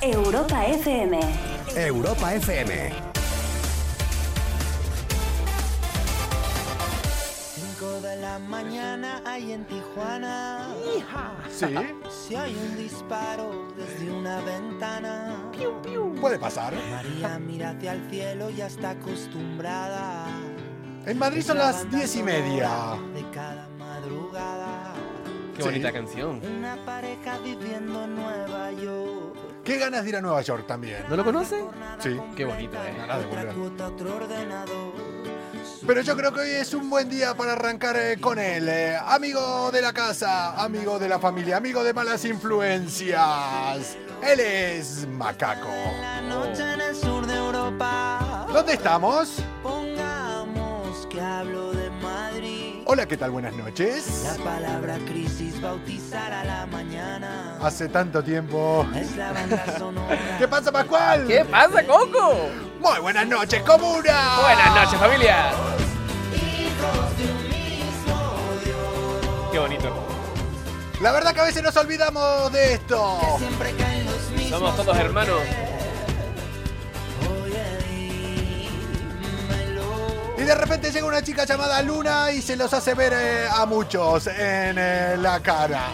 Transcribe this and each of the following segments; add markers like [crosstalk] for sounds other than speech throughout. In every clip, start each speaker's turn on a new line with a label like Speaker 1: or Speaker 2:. Speaker 1: Europa FM.
Speaker 2: Europa FM.
Speaker 3: 5 de la mañana hay en Tijuana.
Speaker 4: Sí,
Speaker 3: Si hay un disparo desde una ventana.
Speaker 4: puede pasar.
Speaker 3: María mira hacia el cielo ya está acostumbrada.
Speaker 4: En Madrid son
Speaker 3: La
Speaker 4: las
Speaker 3: banda
Speaker 4: diez y media.
Speaker 3: sonora De cada madrugada.
Speaker 5: Qué
Speaker 4: Sí.
Speaker 5: bonita canción.
Speaker 3: Una pareja viviendo en Nueva York.
Speaker 4: Qué ganas de ir a Nueva York también.
Speaker 5: ¿No lo conoce?
Speaker 4: Sí.
Speaker 5: Qué bonito, eh.
Speaker 4: Nada de
Speaker 3: Otra
Speaker 4: volver.
Speaker 3: cuota, otro ordenador.
Speaker 4: Pero yo creo que hoy es un buen día para arrancar eh, con él. eh. Amigo de la casa, amigo de la familia, amigo de malas influencias. Él es Macaco.
Speaker 3: La
Speaker 5: Oh.
Speaker 3: noche en el sur de Europa.
Speaker 4: ¿Dónde estamos?
Speaker 3: Pongamos que hablo de Madrid.
Speaker 4: Hola, ¿qué tal? Buenas noches.
Speaker 3: La palabra crisis bautizar a la mañana.
Speaker 4: Hace tanto tiempo.
Speaker 3: Es
Speaker 4: [laughs]
Speaker 3: la banda sonora.
Speaker 4: ¿Qué pasa, Pascual?
Speaker 5: ¿Qué pasa, Coco?
Speaker 4: Muy buenas noches, comuna.
Speaker 5: Buenas noches, familia. Qué bonito.
Speaker 4: La verdad que a veces nos olvidamos de esto.
Speaker 3: Siempre caen los mismos.
Speaker 5: Somos todos hermanos.
Speaker 3: Oye, dímelo.
Speaker 4: Y de repente llega una chica llamada Luna y se los hace ver eh, a muchos en eh, la cara.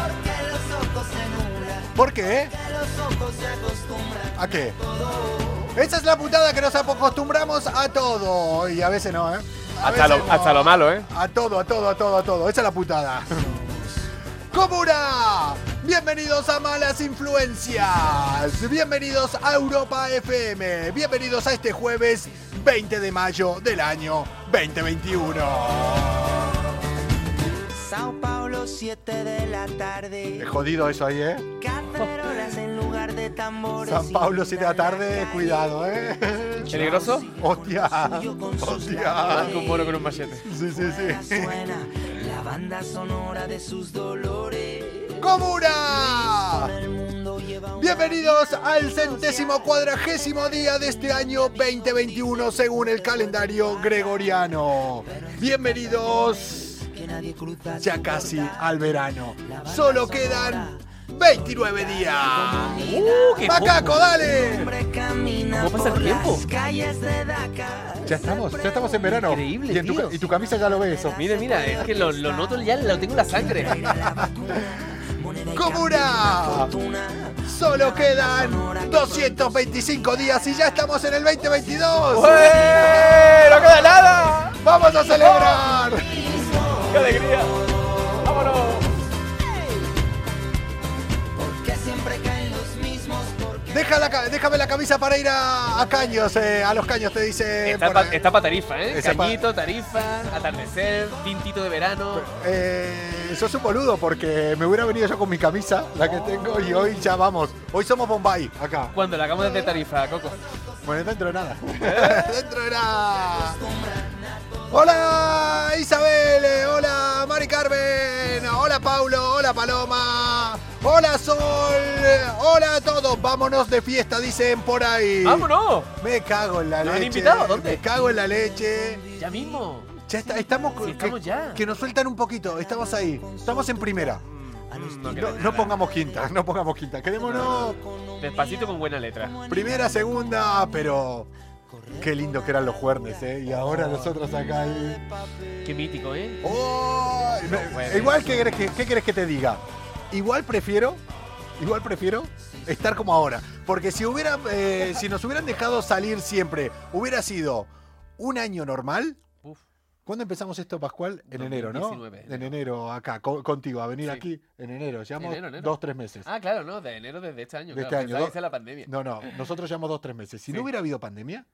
Speaker 3: Porque los ojos se nublan.
Speaker 4: ¿Por qué?
Speaker 3: Que los ojos se acostumbran.
Speaker 4: ¿A qué? Esa es la putada que nos acostumbramos a todo. Y a veces no, ¿eh? A
Speaker 5: Hasta lo-
Speaker 4: veces no.
Speaker 5: hasta lo malo, ¿eh?
Speaker 4: A todo, a todo, a todo, a todo. Esa es la putada. ¡Comuna! Bienvenidos a Malas Influencias. Bienvenidos a Europa FM. Bienvenidos a este jueves 20 de mayo del año 2021.
Speaker 3: Sao Paulo, 7 de la tarde.
Speaker 4: Es jodido eso ahí, ¿eh?
Speaker 3: Cacerolas en lugar de tambores.
Speaker 4: San Pablo, 7 de la
Speaker 3: inundan
Speaker 4: tarde,
Speaker 3: calle.
Speaker 4: cuidado,
Speaker 5: [laughs]
Speaker 4: ¿eh?
Speaker 5: ¿Peligroso?
Speaker 4: Hostia, hostia.
Speaker 5: Blanco, un mono con un machete.
Speaker 4: Sí, sí, sí.
Speaker 3: Suena la banda sonora de sus dolores.
Speaker 4: ¡Comuna!
Speaker 3: El mundo lleva un
Speaker 4: Bienvenidos al centésimo cuadragésimo día de este año 2021 según el calendario gregoriano. Bienvenidos
Speaker 3: que nadie cruza.
Speaker 4: ya
Speaker 3: su
Speaker 4: casi
Speaker 3: portal.
Speaker 4: al verano. Solo quedan 29 días.
Speaker 5: Uh, qué
Speaker 4: ¡Macaco, dale!
Speaker 3: Hombre camina
Speaker 5: ¿Cómo pasa el
Speaker 3: por
Speaker 5: tiempo?
Speaker 3: las calles de Dakar.
Speaker 4: Ya estamos, ya estamos en verano.
Speaker 5: Increíble,
Speaker 4: y, en tu,
Speaker 5: tío.
Speaker 4: y tu camisa ya lo ve eso.
Speaker 5: Mira, mira, es que lo, lo noto ya, lo tengo en la sangre.
Speaker 3: Moneda y
Speaker 4: ¡Comuna!
Speaker 3: fortuna.
Speaker 4: Solo quedan 225 días y ya estamos en el 2022.
Speaker 5: ¡No queda nada!
Speaker 4: ¡Vamos a celebrar!
Speaker 5: ¡Qué alegría! ¡Vámonos!
Speaker 3: Que siempre caen los mismos porque
Speaker 4: Deja la ca- déjame la camisa para ir a, a caños, eh, a los caños, te dice.
Speaker 5: Está
Speaker 4: por
Speaker 5: pa,
Speaker 4: ahí.
Speaker 5: está pa tarifa, ¿eh?
Speaker 4: Está pa-
Speaker 5: Cañito, tarifa, atardecer, tintito de verano.
Speaker 4: Eh, sos un boludo porque me hubiera venido yo con mi camisa, la que tengo, y hoy ya vamos. Hoy somos Bombay, acá.
Speaker 5: Cuando la hagamos desde tarifa, Coco.
Speaker 4: Bueno, dentro de nada. [laughs] dentro de nada. Hola Isabel, eh, hola Mari Carmen, hola Paulo, hola Paloma, hola Sol, eh, hola a todos. Vámonos de fiesta, dicen por ahí.
Speaker 5: ¡Vámonos!
Speaker 4: Me cago en la
Speaker 5: ¿Nos han
Speaker 4: leche.
Speaker 5: invitado? ¿Dónde?
Speaker 4: Me cago en la leche.
Speaker 5: Ya mismo.
Speaker 4: Ya está- estamos, con-
Speaker 5: Sí, estamos
Speaker 4: que,
Speaker 5: ya.
Speaker 4: que nos sueltan un poquito. Estamos ahí. Estamos en primera.
Speaker 5: Mm, no queda
Speaker 4: No, no
Speaker 5: nada.
Speaker 4: pongamos quinta, [laughs] no pongamos quinta. Quedémonos
Speaker 5: Despacito con buena letra.
Speaker 4: primera, segunda, pero qué lindo que eran los juernes, ¿eh? Y ahora nosotros acá. ahí.
Speaker 5: Qué mítico, ¿eh?
Speaker 4: ¡Oh!
Speaker 5: bueno.
Speaker 4: Igual, ¿qué querés, que, qué querés que te diga? Igual prefiero, igual prefiero estar como ahora. Porque si, hubiera, eh, si nos hubieran dejado salir siempre, hubiera sido un año normal.
Speaker 5: Uf.
Speaker 4: ¿Cuándo empezamos esto, Pascual? En enero, ¿no?
Speaker 5: 2019,
Speaker 4: En enero, acá, co- contigo, a venir
Speaker 5: Sí.
Speaker 4: aquí en enero. Llevamos
Speaker 5: Enero, enero.
Speaker 4: dos, tres meses.
Speaker 5: Ah, claro, no, de enero desde este año.
Speaker 4: De
Speaker 5: claro.
Speaker 4: este año,
Speaker 5: Pensaba
Speaker 4: ¿no?
Speaker 5: que esa es la pandemia.
Speaker 4: No, no, nosotros llevamos dos, tres meses. Si
Speaker 5: Sí.
Speaker 4: no hubiera habido pandemia,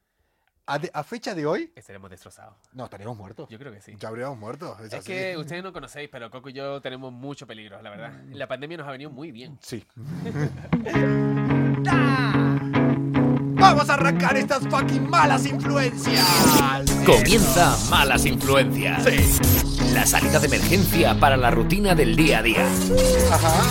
Speaker 4: a, de- a fecha de hoy,
Speaker 5: Estaremos destrozados.
Speaker 4: no, estaríamos muertos.
Speaker 5: Yo creo que sí.
Speaker 4: Ya habríamos muerto. Es,
Speaker 5: Es
Speaker 4: así.
Speaker 5: que ustedes no conocéis, pero Coco y yo tenemos mucho peligro, la verdad. La pandemia nos ha venido muy bien.
Speaker 4: [laughs] Sí. ¡Ah! Vamos a arrancar estas fucking malas influencias.
Speaker 6: Comienza Malas Influencias. La salida de emergencia para la rutina del día a día.
Speaker 4: Ajá.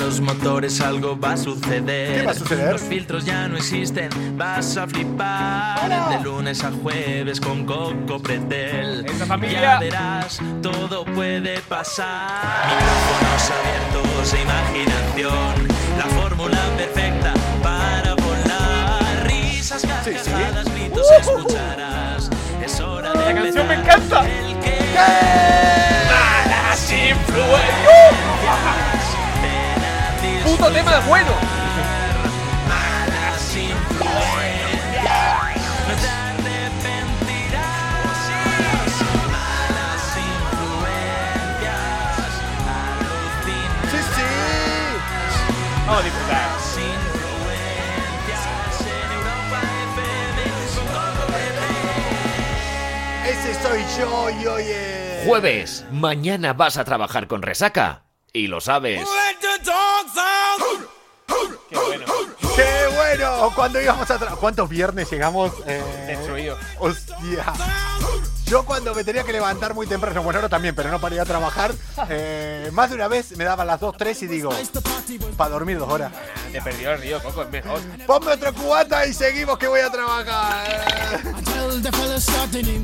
Speaker 1: los motores algo va a suceder.
Speaker 4: ¿Qué va a suceder?
Speaker 1: Los filtros ya no existen, vas a flipar. De lunes a jueves con Coco Pretel.
Speaker 5: Esa familia.
Speaker 1: Ya verás, todo puede pasar. Micrófonos abiertos e imaginación. La fórmula perfecta para volar. Risas,
Speaker 4: sí.
Speaker 1: carcajadas, gritos escucharás. Es hora de
Speaker 5: La canción me
Speaker 1: empezar.
Speaker 5: encanta.
Speaker 1: El que malas influencias.
Speaker 5: ¡Puto tema bueno!
Speaker 4: Sí, sí.
Speaker 5: Vamos a disfrutar.
Speaker 4: Ese soy yo y hoy es.
Speaker 6: Jueves, mañana vas a trabajar con resaca. Y lo sabes.
Speaker 5: ¡Qué bueno!
Speaker 4: ¡Qué bueno! Cuando íbamos a tra- ¿Cuántos viernes llegamos? Eh,
Speaker 5: Destruido.
Speaker 4: Hostia. Yo cuando me tenía que levantar muy temprano, bueno, ahora también, pero no para ir a trabajar, eh, más de una vez me daban las 2, 3 y digo, para dormir dos horas.
Speaker 5: Te perdió el río, Coco, es mejor.
Speaker 4: Ponme otra cubata y seguimos que voy a trabajar.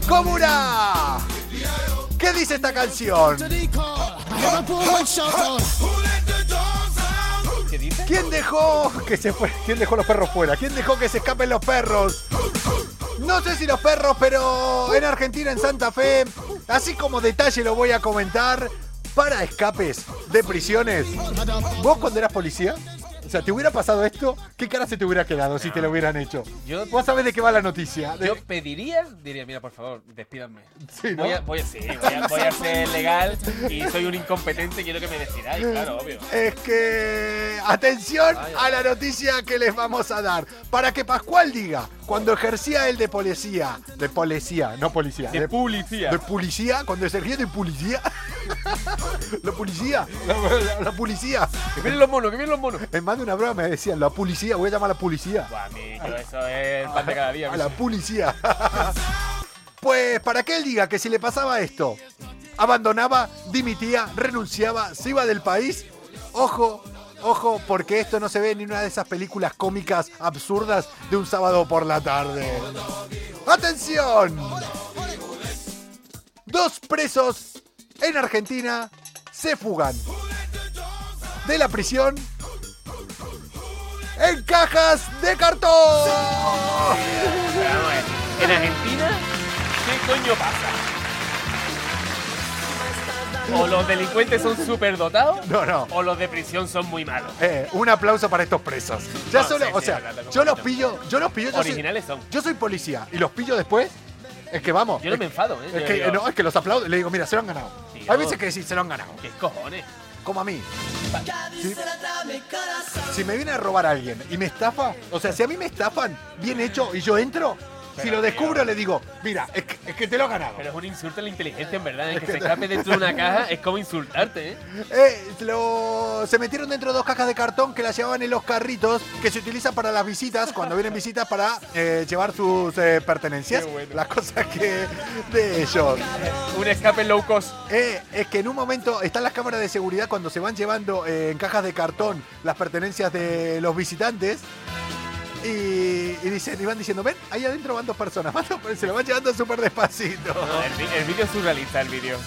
Speaker 4: ¡Comuna! ¿Qué dice esta canción?
Speaker 5: ¿Qué dices?
Speaker 4: ¿Quién dejó que se fue? ¿Quién dejó los perros fuera? ¿Quién dejó que se escapen los perros? No sé si los perros, pero en Argentina, en Santa Fe, así como detalle lo voy a comentar, para escapes de prisiones. ¿Vos cuando eras policía? O sea, ¿te hubiera pasado esto? ¿Qué cara se te hubiera quedado si te lo hubieran hecho?
Speaker 5: Yo-
Speaker 4: Vos sabés de qué va la noticia. De-
Speaker 5: Yo pediría, diría, mira, por favor, despídanme.
Speaker 4: Sí, ¿no?
Speaker 5: Voy a, voy a- sí, voy a, voy a ser legal y soy un incompetente, quiero que me despidáis, claro, obvio.
Speaker 4: Es que atención a la noticia que les vamos a dar. Para que Pascual diga, cuando ejercía el de policía, de policía, no policía, de,
Speaker 5: policía.
Speaker 4: de policía, cuando ejercía de policía, [laughs] la policía, la, la- la policía.
Speaker 5: Que vienen los monos, que vienen los monos.
Speaker 4: En más de una broma me decían, la policía, voy a llamar a la policía.
Speaker 5: Buah, a mí, yo eso es pan de cada día.
Speaker 4: Ah, A la
Speaker 5: bicho.
Speaker 4: policía. [laughs] Pues para que él diga que si le pasaba esto, abandonaba, dimitía, renunciaba, se iba del país. Ojo, ojo, porque esto no se ve en ninguna de esas películas cómicas absurdas de un sábado por la tarde. ¡Atención! Dos presos en Argentina se fugan de la prisión en cajas de cartón.
Speaker 5: Pero vamos a ver, En Argentina, ¿qué coño pasa? O los delincuentes son superdotados,
Speaker 4: No, no.
Speaker 5: o los de prisión son muy malos.
Speaker 4: Eh, un aplauso para estos presos. Ya
Speaker 5: No,
Speaker 4: solo,
Speaker 5: sí,
Speaker 4: o
Speaker 5: sí,
Speaker 4: sea,
Speaker 5: la verdad,
Speaker 4: yo los
Speaker 5: completamente.
Speaker 4: pillo, yo los pillo. Yo
Speaker 5: Originales
Speaker 4: soy,
Speaker 5: son.
Speaker 4: Yo soy policía y los pillo después. Es que vamos.
Speaker 5: Yo no me
Speaker 4: es-
Speaker 5: enfado, ¿eh?
Speaker 4: Es
Speaker 5: Yo
Speaker 4: que,
Speaker 5: digo,
Speaker 4: no, es que los aplaudo y le digo, mira, se lo han ganado.
Speaker 5: Tío.
Speaker 4: Hay veces que decís, se lo han ganado.
Speaker 5: ¿Qué cojones?
Speaker 4: Como a mí. Si, si me viene a robar alguien y me estafa, o sea, si a mí me estafan, bien hecho, y yo entro, si
Speaker 5: Pero,
Speaker 4: lo descubro,
Speaker 5: tío.
Speaker 4: le digo, mira, es que, es que te lo has ganado.
Speaker 5: Pero es un insulto a la inteligencia, en verdad. El que se escape dentro de una caja es como insultarte, ¿eh?
Speaker 4: Eh, lo- se metieron dentro dos cajas de cartón que las llevaban en los carritos que se utilizan para las visitas, cuando vienen visitas para eh, llevar sus eh, pertenencias,
Speaker 5: Qué bueno.
Speaker 4: las cosas que de ellos.
Speaker 5: Un escape low cost.
Speaker 4: Eh, es que en un momento están las cámaras de seguridad cuando se van llevando eh, en cajas de cartón las pertenencias de los visitantes. Y, y dicen, y van diciendo, ven, ahí adentro van dos personas, [laughs] van dos- se lo van llevando súper despacito.
Speaker 5: No, el, vi- el vídeo es surrealista, el vídeo.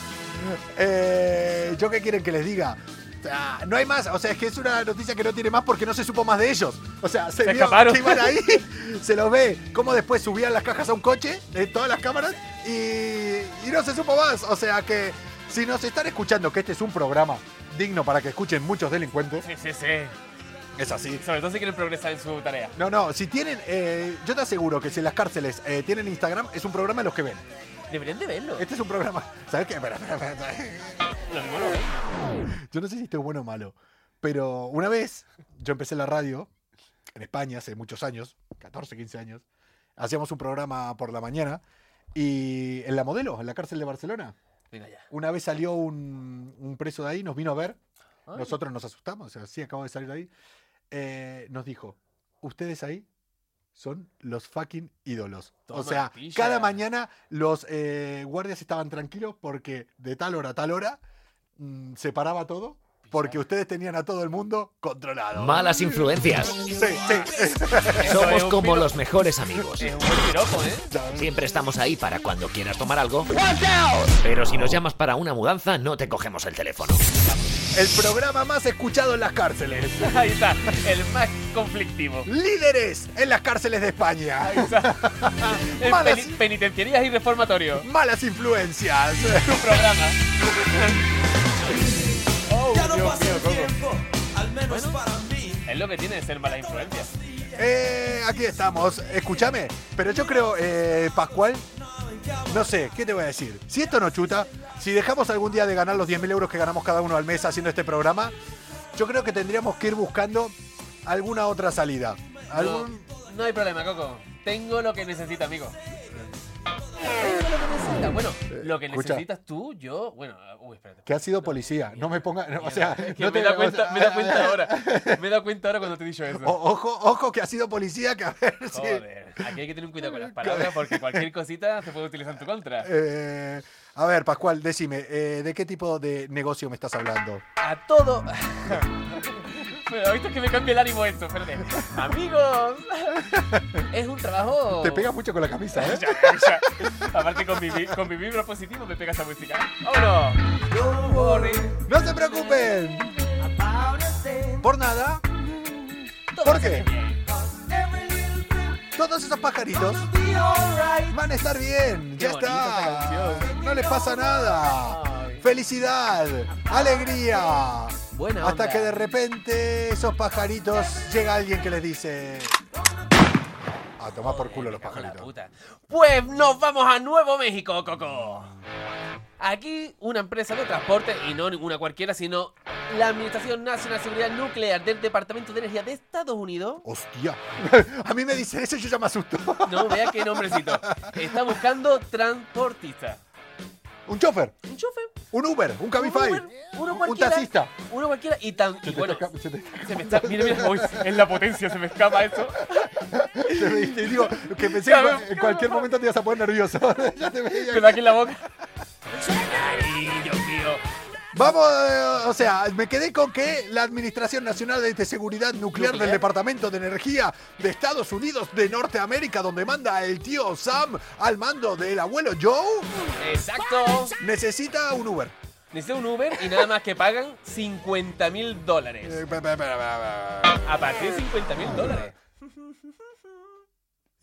Speaker 4: Eh, ¿Yo qué quieren que les diga? O sea, no hay más, o sea, es que es una noticia que no tiene más porque no se supo más de ellos. O sea, se,
Speaker 5: Se
Speaker 4: vio
Speaker 5: escaparon.
Speaker 4: que iban ahí, [laughs] se los ve, cómo después subían las cajas a un coche, de todas las cámaras, y, y no se supo más. O sea que si nos están escuchando, que este es un programa digno para que escuchen muchos delincuentes,
Speaker 5: Sí, sí, sí.
Speaker 4: es así.
Speaker 5: Sobre todo si quieren progresar en su tarea.
Speaker 4: No, no, si tienen, eh, yo te aseguro que si en las cárceles eh, tienen Instagram, es un programa de los que ven.
Speaker 5: Deberían de verlo.
Speaker 4: Este es un programa, ¿sabes qué? Espera, espera, espera.
Speaker 5: Lo mismo lo ven.
Speaker 4: Yo no sé si esto es bueno o malo, pero una vez yo empecé la radio en España hace muchos años, 14, 15 años. Hacíamos un programa por la mañana y en la modelo, en la cárcel de Barcelona.
Speaker 5: Mira ya.
Speaker 4: Una vez salió un, un preso de ahí, nos vino a ver.
Speaker 5: Ay.
Speaker 4: Nosotros nos asustamos, o sea, sí, acabo de salir de ahí. Eh, nos dijo, ustedes ahí son los fucking ídolos. o
Speaker 5: Toma,
Speaker 4: sea,
Speaker 5: pilla.
Speaker 4: cada mañana los eh, guardias estaban tranquilos porque de tal hora a tal hora mm, se paraba todo porque ustedes tenían a todo el mundo controlado.
Speaker 6: Malas [laughs] influencias.
Speaker 4: Sí, sí.
Speaker 5: Eso es
Speaker 6: Somos
Speaker 5: un
Speaker 6: como
Speaker 5: piro-
Speaker 6: los mejores amigos.
Speaker 5: Es un buen piropo, ¿eh? [laughs]
Speaker 6: Siempre estamos ahí para cuando quieras tomar algo. Pero si nos llamas para una mudanza, no te cogemos el teléfono.
Speaker 4: El programa más escuchado en las cárceles.
Speaker 5: Ahí está, el más conflictivo.
Speaker 4: Líderes en las cárceles de España.
Speaker 5: En
Speaker 4: [laughs] Malas-
Speaker 5: peni- penitenciarías y reformatorio.
Speaker 4: Malas influencias.
Speaker 5: Tu programa. Oh,
Speaker 3: Ya no
Speaker 5: Dios
Speaker 3: pasa
Speaker 5: mío,
Speaker 3: el
Speaker 5: Coco.
Speaker 3: tiempo, al menos para mí.
Speaker 5: Es lo que tiene de ser mala influencia.
Speaker 4: Eh, aquí estamos. Escúchame, pero yo creo, eh, Pascual, no sé, ¿qué te voy a decir? Si esto no chuta, si dejamos algún día de ganar los 10.000 euros que ganamos cada uno al mes haciendo este programa, yo creo que tendríamos que ir buscando alguna otra salida.
Speaker 5: No,
Speaker 4: Algún-
Speaker 5: no hay problema, Coco. Tengo lo que necesita, amigo. Tengo lo que necesita. Bueno, lo que
Speaker 4: escucha.
Speaker 5: necesitas tú, yo. Bueno, uh, uy, espérate.
Speaker 4: Que ha sido policía. No me ponga. no, o sea,
Speaker 5: Es que
Speaker 4: no
Speaker 5: me
Speaker 4: te
Speaker 5: he dado cuenta, me he
Speaker 4: [laughs]
Speaker 5: dado cuenta ahora. Me he dado cuenta ahora cuando te he dicho eso.
Speaker 4: O- ojo, ojo, que ha sido policía. Que a ver si.
Speaker 5: Joder, aquí hay que tener un cuidado con las palabras porque cualquier cosita se puede utilizar en tu contra.
Speaker 4: Eh, a ver, Pascual, decime, eh, ¿de qué tipo de negocio me estás hablando?
Speaker 5: A todo. [laughs] Pero ahorita es que me cambia el ánimo esto, espérate. Amigos, es un trabajo.
Speaker 4: Te pegas mucho con la camisa,
Speaker 5: [laughs]
Speaker 4: ¿eh?
Speaker 5: Ya, ya. Aparte, con mi, vi- con mi vibro positivo me pega esa música. ¡Vámonos! Don't worry.
Speaker 4: ¡No se preocupen! Por nada,
Speaker 5: Todo
Speaker 4: ¿Por
Speaker 5: va a salir
Speaker 4: qué?
Speaker 5: bien.
Speaker 4: todos esos pajaritos van a estar bien.
Speaker 5: Qué
Speaker 4: Ya
Speaker 5: bonita esta
Speaker 4: está.
Speaker 5: canción.
Speaker 4: No les pasa nada.
Speaker 5: Ay.
Speaker 4: Felicidad, alegría.
Speaker 5: Buena
Speaker 4: Hasta
Speaker 5: onda.
Speaker 4: que de repente esos pajaritos llega alguien que les dice. A tomar por culo los
Speaker 5: Me cago en la
Speaker 4: pajaritos.
Speaker 5: puta. Pues nos vamos a Nuevo México, Coco. Aquí una empresa de transporte, y no ninguna cualquiera, sino la Administración Nacional de Seguridad Nuclear del Departamento de Energía de Estados Unidos.
Speaker 4: Hostia. [laughs] A mí me dicen eso y yo ya me asusto. [laughs]
Speaker 5: No vea qué nombrecito. Está buscando transportista.
Speaker 4: Un chofer,
Speaker 5: Un chofer.
Speaker 4: un Uber, un Cabify,
Speaker 5: Uber, uno
Speaker 4: un
Speaker 5: cualquiera.
Speaker 4: taxista.
Speaker 5: Uno cualquiera y tan.
Speaker 4: Se
Speaker 5: Y
Speaker 4: te
Speaker 5: bueno,
Speaker 4: escapa- se te-
Speaker 5: se me está. Mira, mira, uy,
Speaker 4: [laughs]
Speaker 5: es la potencia, se me escapa eso.
Speaker 4: Te veiste, digo, que pensé que
Speaker 5: Claro,
Speaker 4: en cualquier
Speaker 5: claro.
Speaker 4: momento te ibas a poner
Speaker 5: [laughs]
Speaker 4: nervioso. [laughs] Ya te veía.
Speaker 5: Pero aquí en la boca. Ay, Dios mío.
Speaker 4: Vamos, eh, o sea, me quedé con que la Administración Nacional de Seguridad Nuclear del
Speaker 5: Nuclear.
Speaker 4: Departamento de Energía de Estados Unidos de Norteamérica, donde manda el tío Sam al mando del abuelo Joe,
Speaker 5: Exacto.
Speaker 4: necesita un Uber.
Speaker 5: Necesita un Uber y nada más que pagan 50 mil dólares.
Speaker 4: Eh, pa, pa, pa, pa, pa.
Speaker 5: A partir de 50 mil dólares.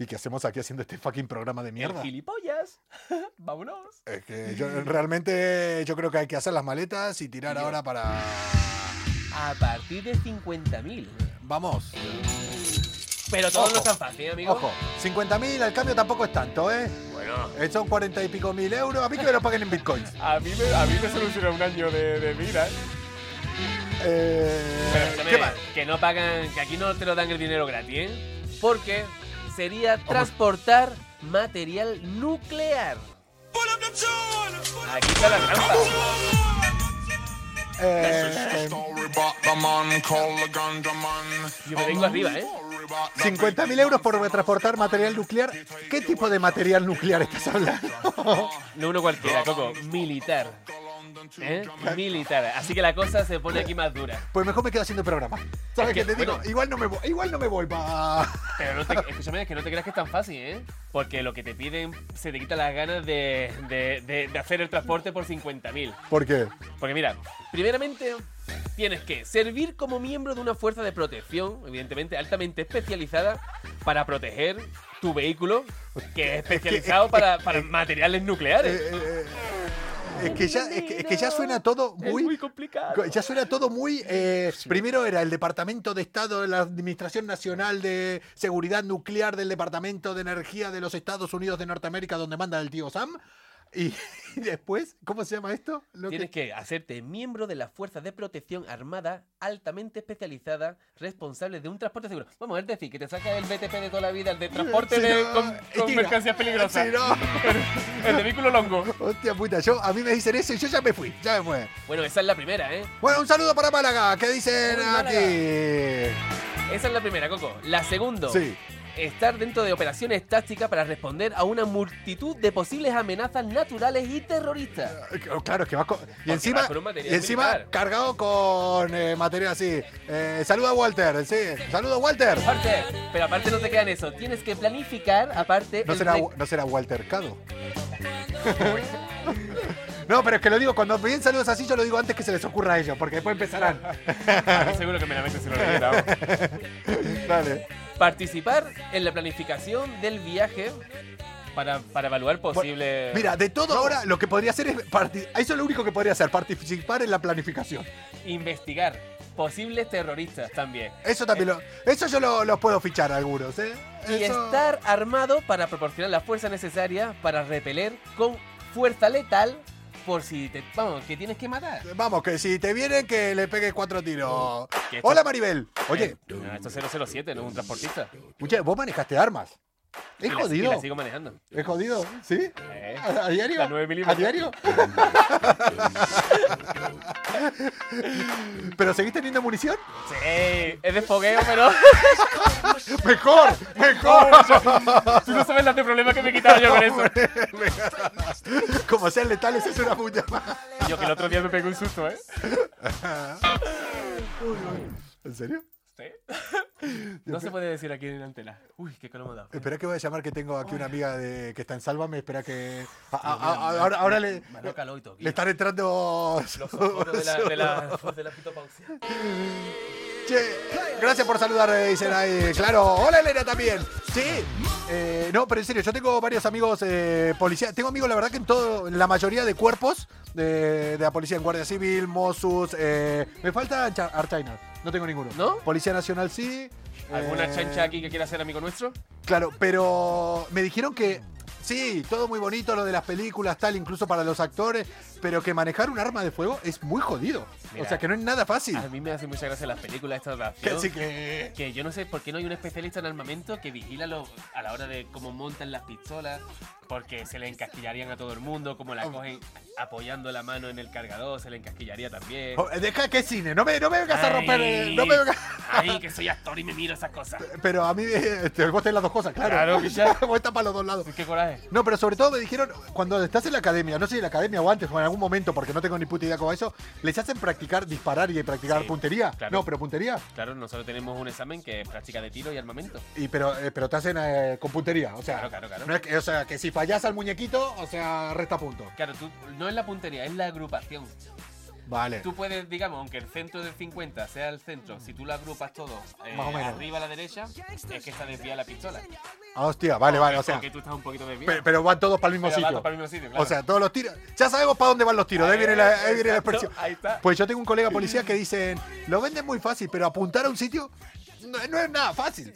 Speaker 4: ¿Y qué hacemos aquí haciendo este fucking programa de
Speaker 5: El
Speaker 4: mierda?
Speaker 5: gilipollas. [laughs] Vámonos.
Speaker 4: Es que yo realmente yo creo que hay que hacer las maletas y tirar ahora para.
Speaker 5: A partir de 50 mil.
Speaker 4: Vamos.
Speaker 5: Pero todo
Speaker 4: Ojo.
Speaker 5: no es tan fácil, ¿eh, amigo.
Speaker 4: Ojo, 50.000 al cambio tampoco es tanto, ¿eh?
Speaker 5: Bueno.
Speaker 4: Eh, Son 40 y pico mil euros. A mí que me lo paguen en
Speaker 5: [laughs]
Speaker 4: bitcoins.
Speaker 5: A mí me, a mí me soluciona un año de, de vida. ¿eh? Pero
Speaker 4: Eh,
Speaker 5: escúchame,
Speaker 4: ¿Qué más?
Speaker 5: que no pagan, que aquí no te lo dan el dinero gratis, ¿eh? Porque sería transportar material nuclear. Aquí está la trampa.
Speaker 4: Eh,
Speaker 5: Yo me vengo arriba, ¿eh?
Speaker 4: 50.000 euros por transportar material nuclear. ¿Qué tipo de material nuclear estás
Speaker 5: [laughs]
Speaker 4: hablando?
Speaker 5: No uno cualquiera, Coco. Militar. ¿Eh? Militar. Así que la cosa se pone aquí más dura.
Speaker 4: Pues mejor me quedo haciendo el programa. ¿Sabes
Speaker 5: Es
Speaker 4: qué te
Speaker 5: que,
Speaker 4: digo?
Speaker 5: bueno.
Speaker 4: Igual no me voy, igual no me voy pa-
Speaker 5: Pero no te, escúchame, es que no te creas que es tan fácil, ¿eh? Porque lo que te piden se te quita las ganas de, de- de- de hacer el transporte por 50.000.
Speaker 4: ¿Por qué?
Speaker 5: Porque mira, primeramente tienes que servir como miembro de una fuerza de protección, evidentemente altamente especializada, para proteger tu vehículo, que es especializado para, para materiales nucleares.
Speaker 4: Eh, eh, eh, es, que ya, es, que, es que ya suena todo
Speaker 5: es muy
Speaker 4: muy.
Speaker 5: complicado.
Speaker 4: Ya suena todo muy. eh, primero era el Departamento de Estado de la Administración Nacional de Seguridad Nuclear del Departamento de Energía de los Estados Unidos de Norteamérica, donde manda el tío Sam. Y, [laughs] y después, ¿cómo se llama esto? Lo
Speaker 5: Tienes que hacerte miembro de la Fuerza de Protección Armada altamente especializada responsable de un transporte seguro. Vamos, es decir, que te saca el BTP de toda la vida, el de transporte
Speaker 4: Sí,
Speaker 5: de,
Speaker 4: no, eh,
Speaker 5: con, con
Speaker 4: tira.
Speaker 5: mercancías peligrosas,
Speaker 4: Sí, no.
Speaker 5: el de vehículo longo.
Speaker 4: Hostia puta, yo, a mí me dicen eso y yo ya me fui, ya me fui.
Speaker 5: Bueno, esa es la primera, ¿eh?
Speaker 4: Bueno, un saludo para Málaga, ¿qué dicen
Speaker 5: Uy,
Speaker 4: aquí?
Speaker 5: Esa es la primera, Coco. La segunda,
Speaker 4: Sí.
Speaker 5: estar dentro de operaciones tácticas para responder a una multitud de posibles amenazas naturales y terroristas.
Speaker 4: Claro, es que vas con. Y
Speaker 5: Porque
Speaker 4: encima,
Speaker 5: vas con un material
Speaker 4: y encima
Speaker 5: militar.
Speaker 4: cargado con eh, material así. Eh, saluda a Walter, sí. Saluda a Walter.
Speaker 5: Aparte, pero aparte no te quedan eso, tienes que planificar, aparte...
Speaker 4: ¿No
Speaker 5: el
Speaker 4: será,
Speaker 5: re-
Speaker 4: no será Walter Cado? [laughs] No, pero es que lo digo, cuando piden saludos así, yo lo digo antes que se les ocurra a ellos, porque después empezarán. [laughs]
Speaker 7: Seguro que me la metes en la leyera, vamos.
Speaker 4: Dale.
Speaker 5: Participar en la planificación del viaje para, para evaluar posibles...
Speaker 4: Mira, de todo ahora lo que podría hacer es. parti- Eso es lo único que podría hacer, participar en la planificación.
Speaker 5: Investigar posibles terroristas también.
Speaker 4: Eso también lo. Eso yo lo- los puedo fichar a algunos, ¿eh?
Speaker 5: Y
Speaker 4: Eso-
Speaker 5: estar armado para proporcionar la fuerza necesaria para repeler con fuerza letal por si te... Vamos, que tienes que matar.
Speaker 4: Vamos, que si te vienen, que le pegue cuatro tiros.
Speaker 5: Que esto-
Speaker 4: Hola, Maribel. Oye,
Speaker 5: No, Ah, esto es 007, no es un transportista.
Speaker 4: escuché, vos manejaste armas.
Speaker 5: Y
Speaker 4: Es
Speaker 5: la-
Speaker 4: jodido.
Speaker 5: y la sigo manejando.
Speaker 4: ¿Es jodido? ¿Sí?
Speaker 5: Eh,
Speaker 4: ¿A, a diario?
Speaker 5: La 9
Speaker 4: ¿A
Speaker 5: milímetros.
Speaker 4: diario? [laughs] ¿Pero seguís teniendo munición?
Speaker 5: Sí, es de fogueo, pero. [laughs]
Speaker 4: ¡Mejor! ¡Mejor!
Speaker 7: Tú no sabes las de problemas que me he quitado
Speaker 4: [laughs]
Speaker 7: yo con eso.
Speaker 4: Como sean letales es una puta madre.
Speaker 7: Yo que el otro día me pegué un susto, ¿eh?
Speaker 4: ¿En serio?
Speaker 5: No se puede decir aquí en antena. Uy, qué calor me ha dado.
Speaker 4: Espera que voy a llamar que tengo aquí una amiga de, que está en Sálvame. Espera que... a- a- a- ahora, ahora le,
Speaker 5: Me ha dado calor y todo.
Speaker 4: le están entrando...
Speaker 5: Los ojos de la,
Speaker 4: [laughs]
Speaker 5: de la, de la pitopausia.
Speaker 4: Che, gracias por saludar, eh, dicen ahí. Claro, hola Elena también. Sí, eh, no, pero en serio, yo tengo varios amigos eh, policías. Tengo amigos, la verdad, que en todo, en la mayoría de cuerpos de, de la policía, en Guardia Civil, Mossus. eh, me falta cha- Archaina, no tengo ninguno.
Speaker 5: ¿No?
Speaker 4: Policía Nacional sí.
Speaker 5: ¿Alguna
Speaker 4: eh,
Speaker 5: chancha aquí que quiera ser amigo nuestro?
Speaker 4: Claro, pero me dijeron que. Sí, todo muy bonito, lo de las películas, tal, incluso para los actores, pero que manejar un arma de fuego es muy jodido.
Speaker 5: Mira.
Speaker 4: o sea, que no es nada fácil.
Speaker 5: A mí me hacen mucha gracia las películas estas de
Speaker 4: Que- [laughs]
Speaker 5: acción.
Speaker 4: Así que...
Speaker 5: Que yo no sé por qué no hay un especialista en armamento que vigila lo- a la hora de cómo montan las pistolas, porque se le encasquillarían a todo el mundo, como
Speaker 4: Oh.
Speaker 5: la cogen apoyando la mano en el cargador, se le encasquillaría también.
Speaker 4: Oh, Deja que es cine, no me, no me vengas a romper. eh, No me
Speaker 5: Ay,
Speaker 4: vengas- [laughs]
Speaker 5: Ay, que soy actor y me miro esas cosas.
Speaker 4: Pero a mí eh, te vos tenés las dos cosas, claro. [laughs]
Speaker 5: Claro, ya.
Speaker 4: vos estás para los dos lados.
Speaker 5: Qué coraje.
Speaker 4: No, pero sobre todo me dijeron, cuando estás en la academia, no sé si en la academia o antes o en algún momento, porque no tengo ni puta idea cómo eso, les hacen practicar disparar y practicar
Speaker 5: Sí,
Speaker 4: puntería.
Speaker 5: claro.
Speaker 4: No, pero puntería.
Speaker 5: Claro, nosotros tenemos un examen que es práctica de tiro y armamento.
Speaker 4: Y, pero, eh, pero te hacen eh, con puntería. O sea,
Speaker 5: Claro, claro, claro.
Speaker 4: no es que, o sea, que si fallás al muñequito, o sea, resta punto.
Speaker 5: Claro, tú, no es la puntería, es la agrupación.
Speaker 4: Vale.
Speaker 5: Tú puedes, digamos, aunque el centro del 50 sea el centro, si tú lo agrupas todo eh,
Speaker 4: Más o menos.
Speaker 5: arriba a la derecha, es que está desviada la pistola.
Speaker 4: Ah, hostia, vale, vale. O sea,
Speaker 5: Porque tú estás un poquito desviado.
Speaker 4: pe- pero van todos para el mismo
Speaker 5: Pero va
Speaker 4: sitio.
Speaker 5: para el mismo sitio, claro.
Speaker 4: O sea, todos los tiros. Ya sabemos para dónde van los tiros. de Ahí viene la, ahí viene la
Speaker 5: Exacto,
Speaker 4: expresión.
Speaker 5: Ahí está.
Speaker 4: Pues yo tengo un colega policía que dicen, lo venden muy fácil, pero apuntar a un sitio no, no es nada fácil.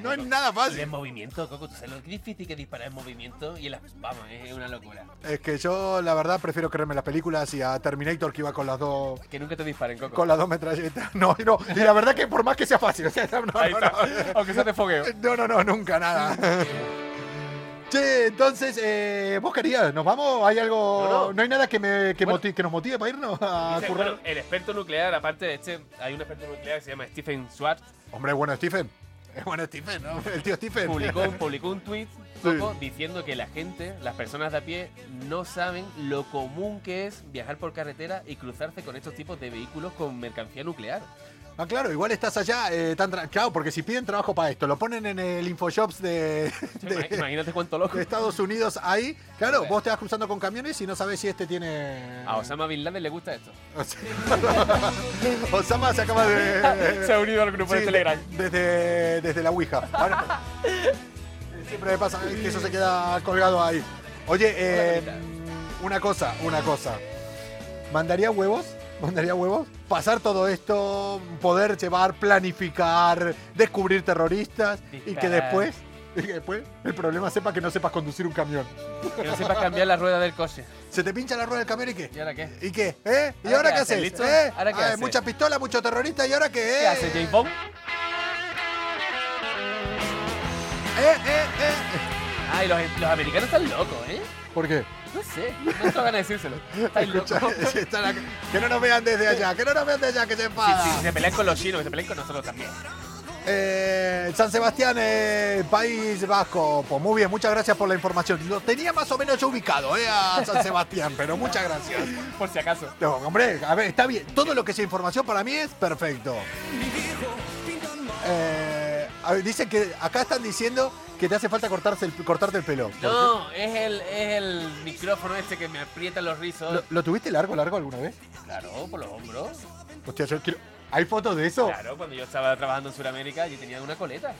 Speaker 4: No es nada
Speaker 5: Y en
Speaker 4: fácil.
Speaker 5: movimiento, Coco, tú sabes lo difícil que disparar en movimiento y en las- Vamos, es una locura.
Speaker 4: Es que yo, la verdad, prefiero creerme las películas y a Terminator que iba con las dos...
Speaker 5: Que nunca te disparen, Coco.
Speaker 4: Con las dos metralletas. [laughs] No, no. Y la verdad que por más que sea fácil. o sea, no, no,
Speaker 7: Ahí
Speaker 4: no,
Speaker 7: está.
Speaker 4: no.
Speaker 7: Aunque sea de fogueo.
Speaker 4: No, no, no, nunca
Speaker 5: [laughs]
Speaker 4: nada. Che, entonces, eh, vos querías, ¿nos vamos? ¿Hay algo? No,
Speaker 5: No, no.
Speaker 4: hay nada que, me, que,
Speaker 5: Bueno.
Speaker 4: moti- que nos motive para irnos a
Speaker 5: Dice,
Speaker 4: currar.
Speaker 5: bueno, el experto nuclear, aparte de este, hay un experto nuclear que se llama Stephen Schwartz,
Speaker 4: Hombre, bueno, Stephen. Es bueno Stephen, ¿no? El tío Stephen. [laughs]
Speaker 5: publicó, un- publicó un tweet diciendo que la gente, las personas de a pie, no saben lo común que es viajar por carretera y cruzarse con estos tipos de vehículos con mercancía nuclear.
Speaker 4: Ah, claro, igual estás allá, eh, tan tra- claro, porque si piden trabajo para esto, lo ponen en el Infoshops de,
Speaker 5: Ima-
Speaker 4: de-
Speaker 5: Imagínate cuánto loco.
Speaker 4: de Estados Unidos ahí. Claro,
Speaker 5: Sí. Ah,
Speaker 4: vos te vas cruzando con camiones y no sabes si este tiene.
Speaker 5: A Osama Bin Laden le gusta esto.
Speaker 4: Osama. Osama se acaba de.
Speaker 7: Se ha unido al grupo de
Speaker 4: Sí,
Speaker 7: Telegram.
Speaker 4: Desde, desde la Ouija. Ahora- siempre me pasa que eso se queda colgado ahí. Oye, eh,
Speaker 5: Hola,
Speaker 4: una cosa, una cosa. ¿Mandaría huevos? ¿Mandaría huevos? Pasar todo esto, poder llevar, planificar, descubrir terroristas y que
Speaker 5: Disparar.
Speaker 4: después, y que después el problema sepa que no sepas conducir un camión.
Speaker 5: Que no sepas cambiar la rueda del coche.
Speaker 4: Se te pincha la rueda del camión y qué?
Speaker 5: ¿Y ahora qué?
Speaker 4: ¿Y qué? ¿Eh? ¿Y
Speaker 5: ¿Ahora
Speaker 4: ahora
Speaker 5: qué
Speaker 4: qué
Speaker 5: haces?
Speaker 4: haces?
Speaker 5: ¿Listo?
Speaker 4: ¿Eh?
Speaker 5: ¿Ahora qué
Speaker 4: Ay,
Speaker 5: haces?
Speaker 4: Mucha pistola, mucho terrorista, ¿y ahora qué?
Speaker 5: ¿Qué
Speaker 4: ¿Eh?
Speaker 5: hace James Bond?
Speaker 4: ¿Eh? ¿Eh? ¿Eh?
Speaker 5: Ay, los, los americanos están locos, ¿eh?
Speaker 4: ¿Por qué?
Speaker 5: No sé, no tengo ganas de decírselo. Están locos.
Speaker 4: Escucha, [laughs] si están acá- que no nos vean desde allá, que no nos vean desde allá, que se enfada.
Speaker 5: Ah. Si se pelean con los chinos, que se pelean con nosotros también.
Speaker 4: Eh, San Sebastián, eh, País Vasco. Pues muy bien, muchas gracias por la información. Lo tenía más o menos yo ubicado, eh, a San Sebastián, pero muchas gracias.
Speaker 7: Por si acaso.
Speaker 4: No, hombre, a ver, está bien. Todo lo que sea información para mí es perfecto. Eh, a ver, dicen que acá están diciendo que te hace falta cortarse el- cortarte el pelo.
Speaker 5: No, es el, es el micrófono este que me aprieta los rizos.
Speaker 4: ¿Lo, lo tuviste largo, largo alguna vez?
Speaker 5: Claro, por los hombros.
Speaker 4: Hostia, yo quiero- ¿Hay fotos de eso?
Speaker 5: Claro, cuando yo estaba trabajando en Sudamérica, yo tenía una coleta.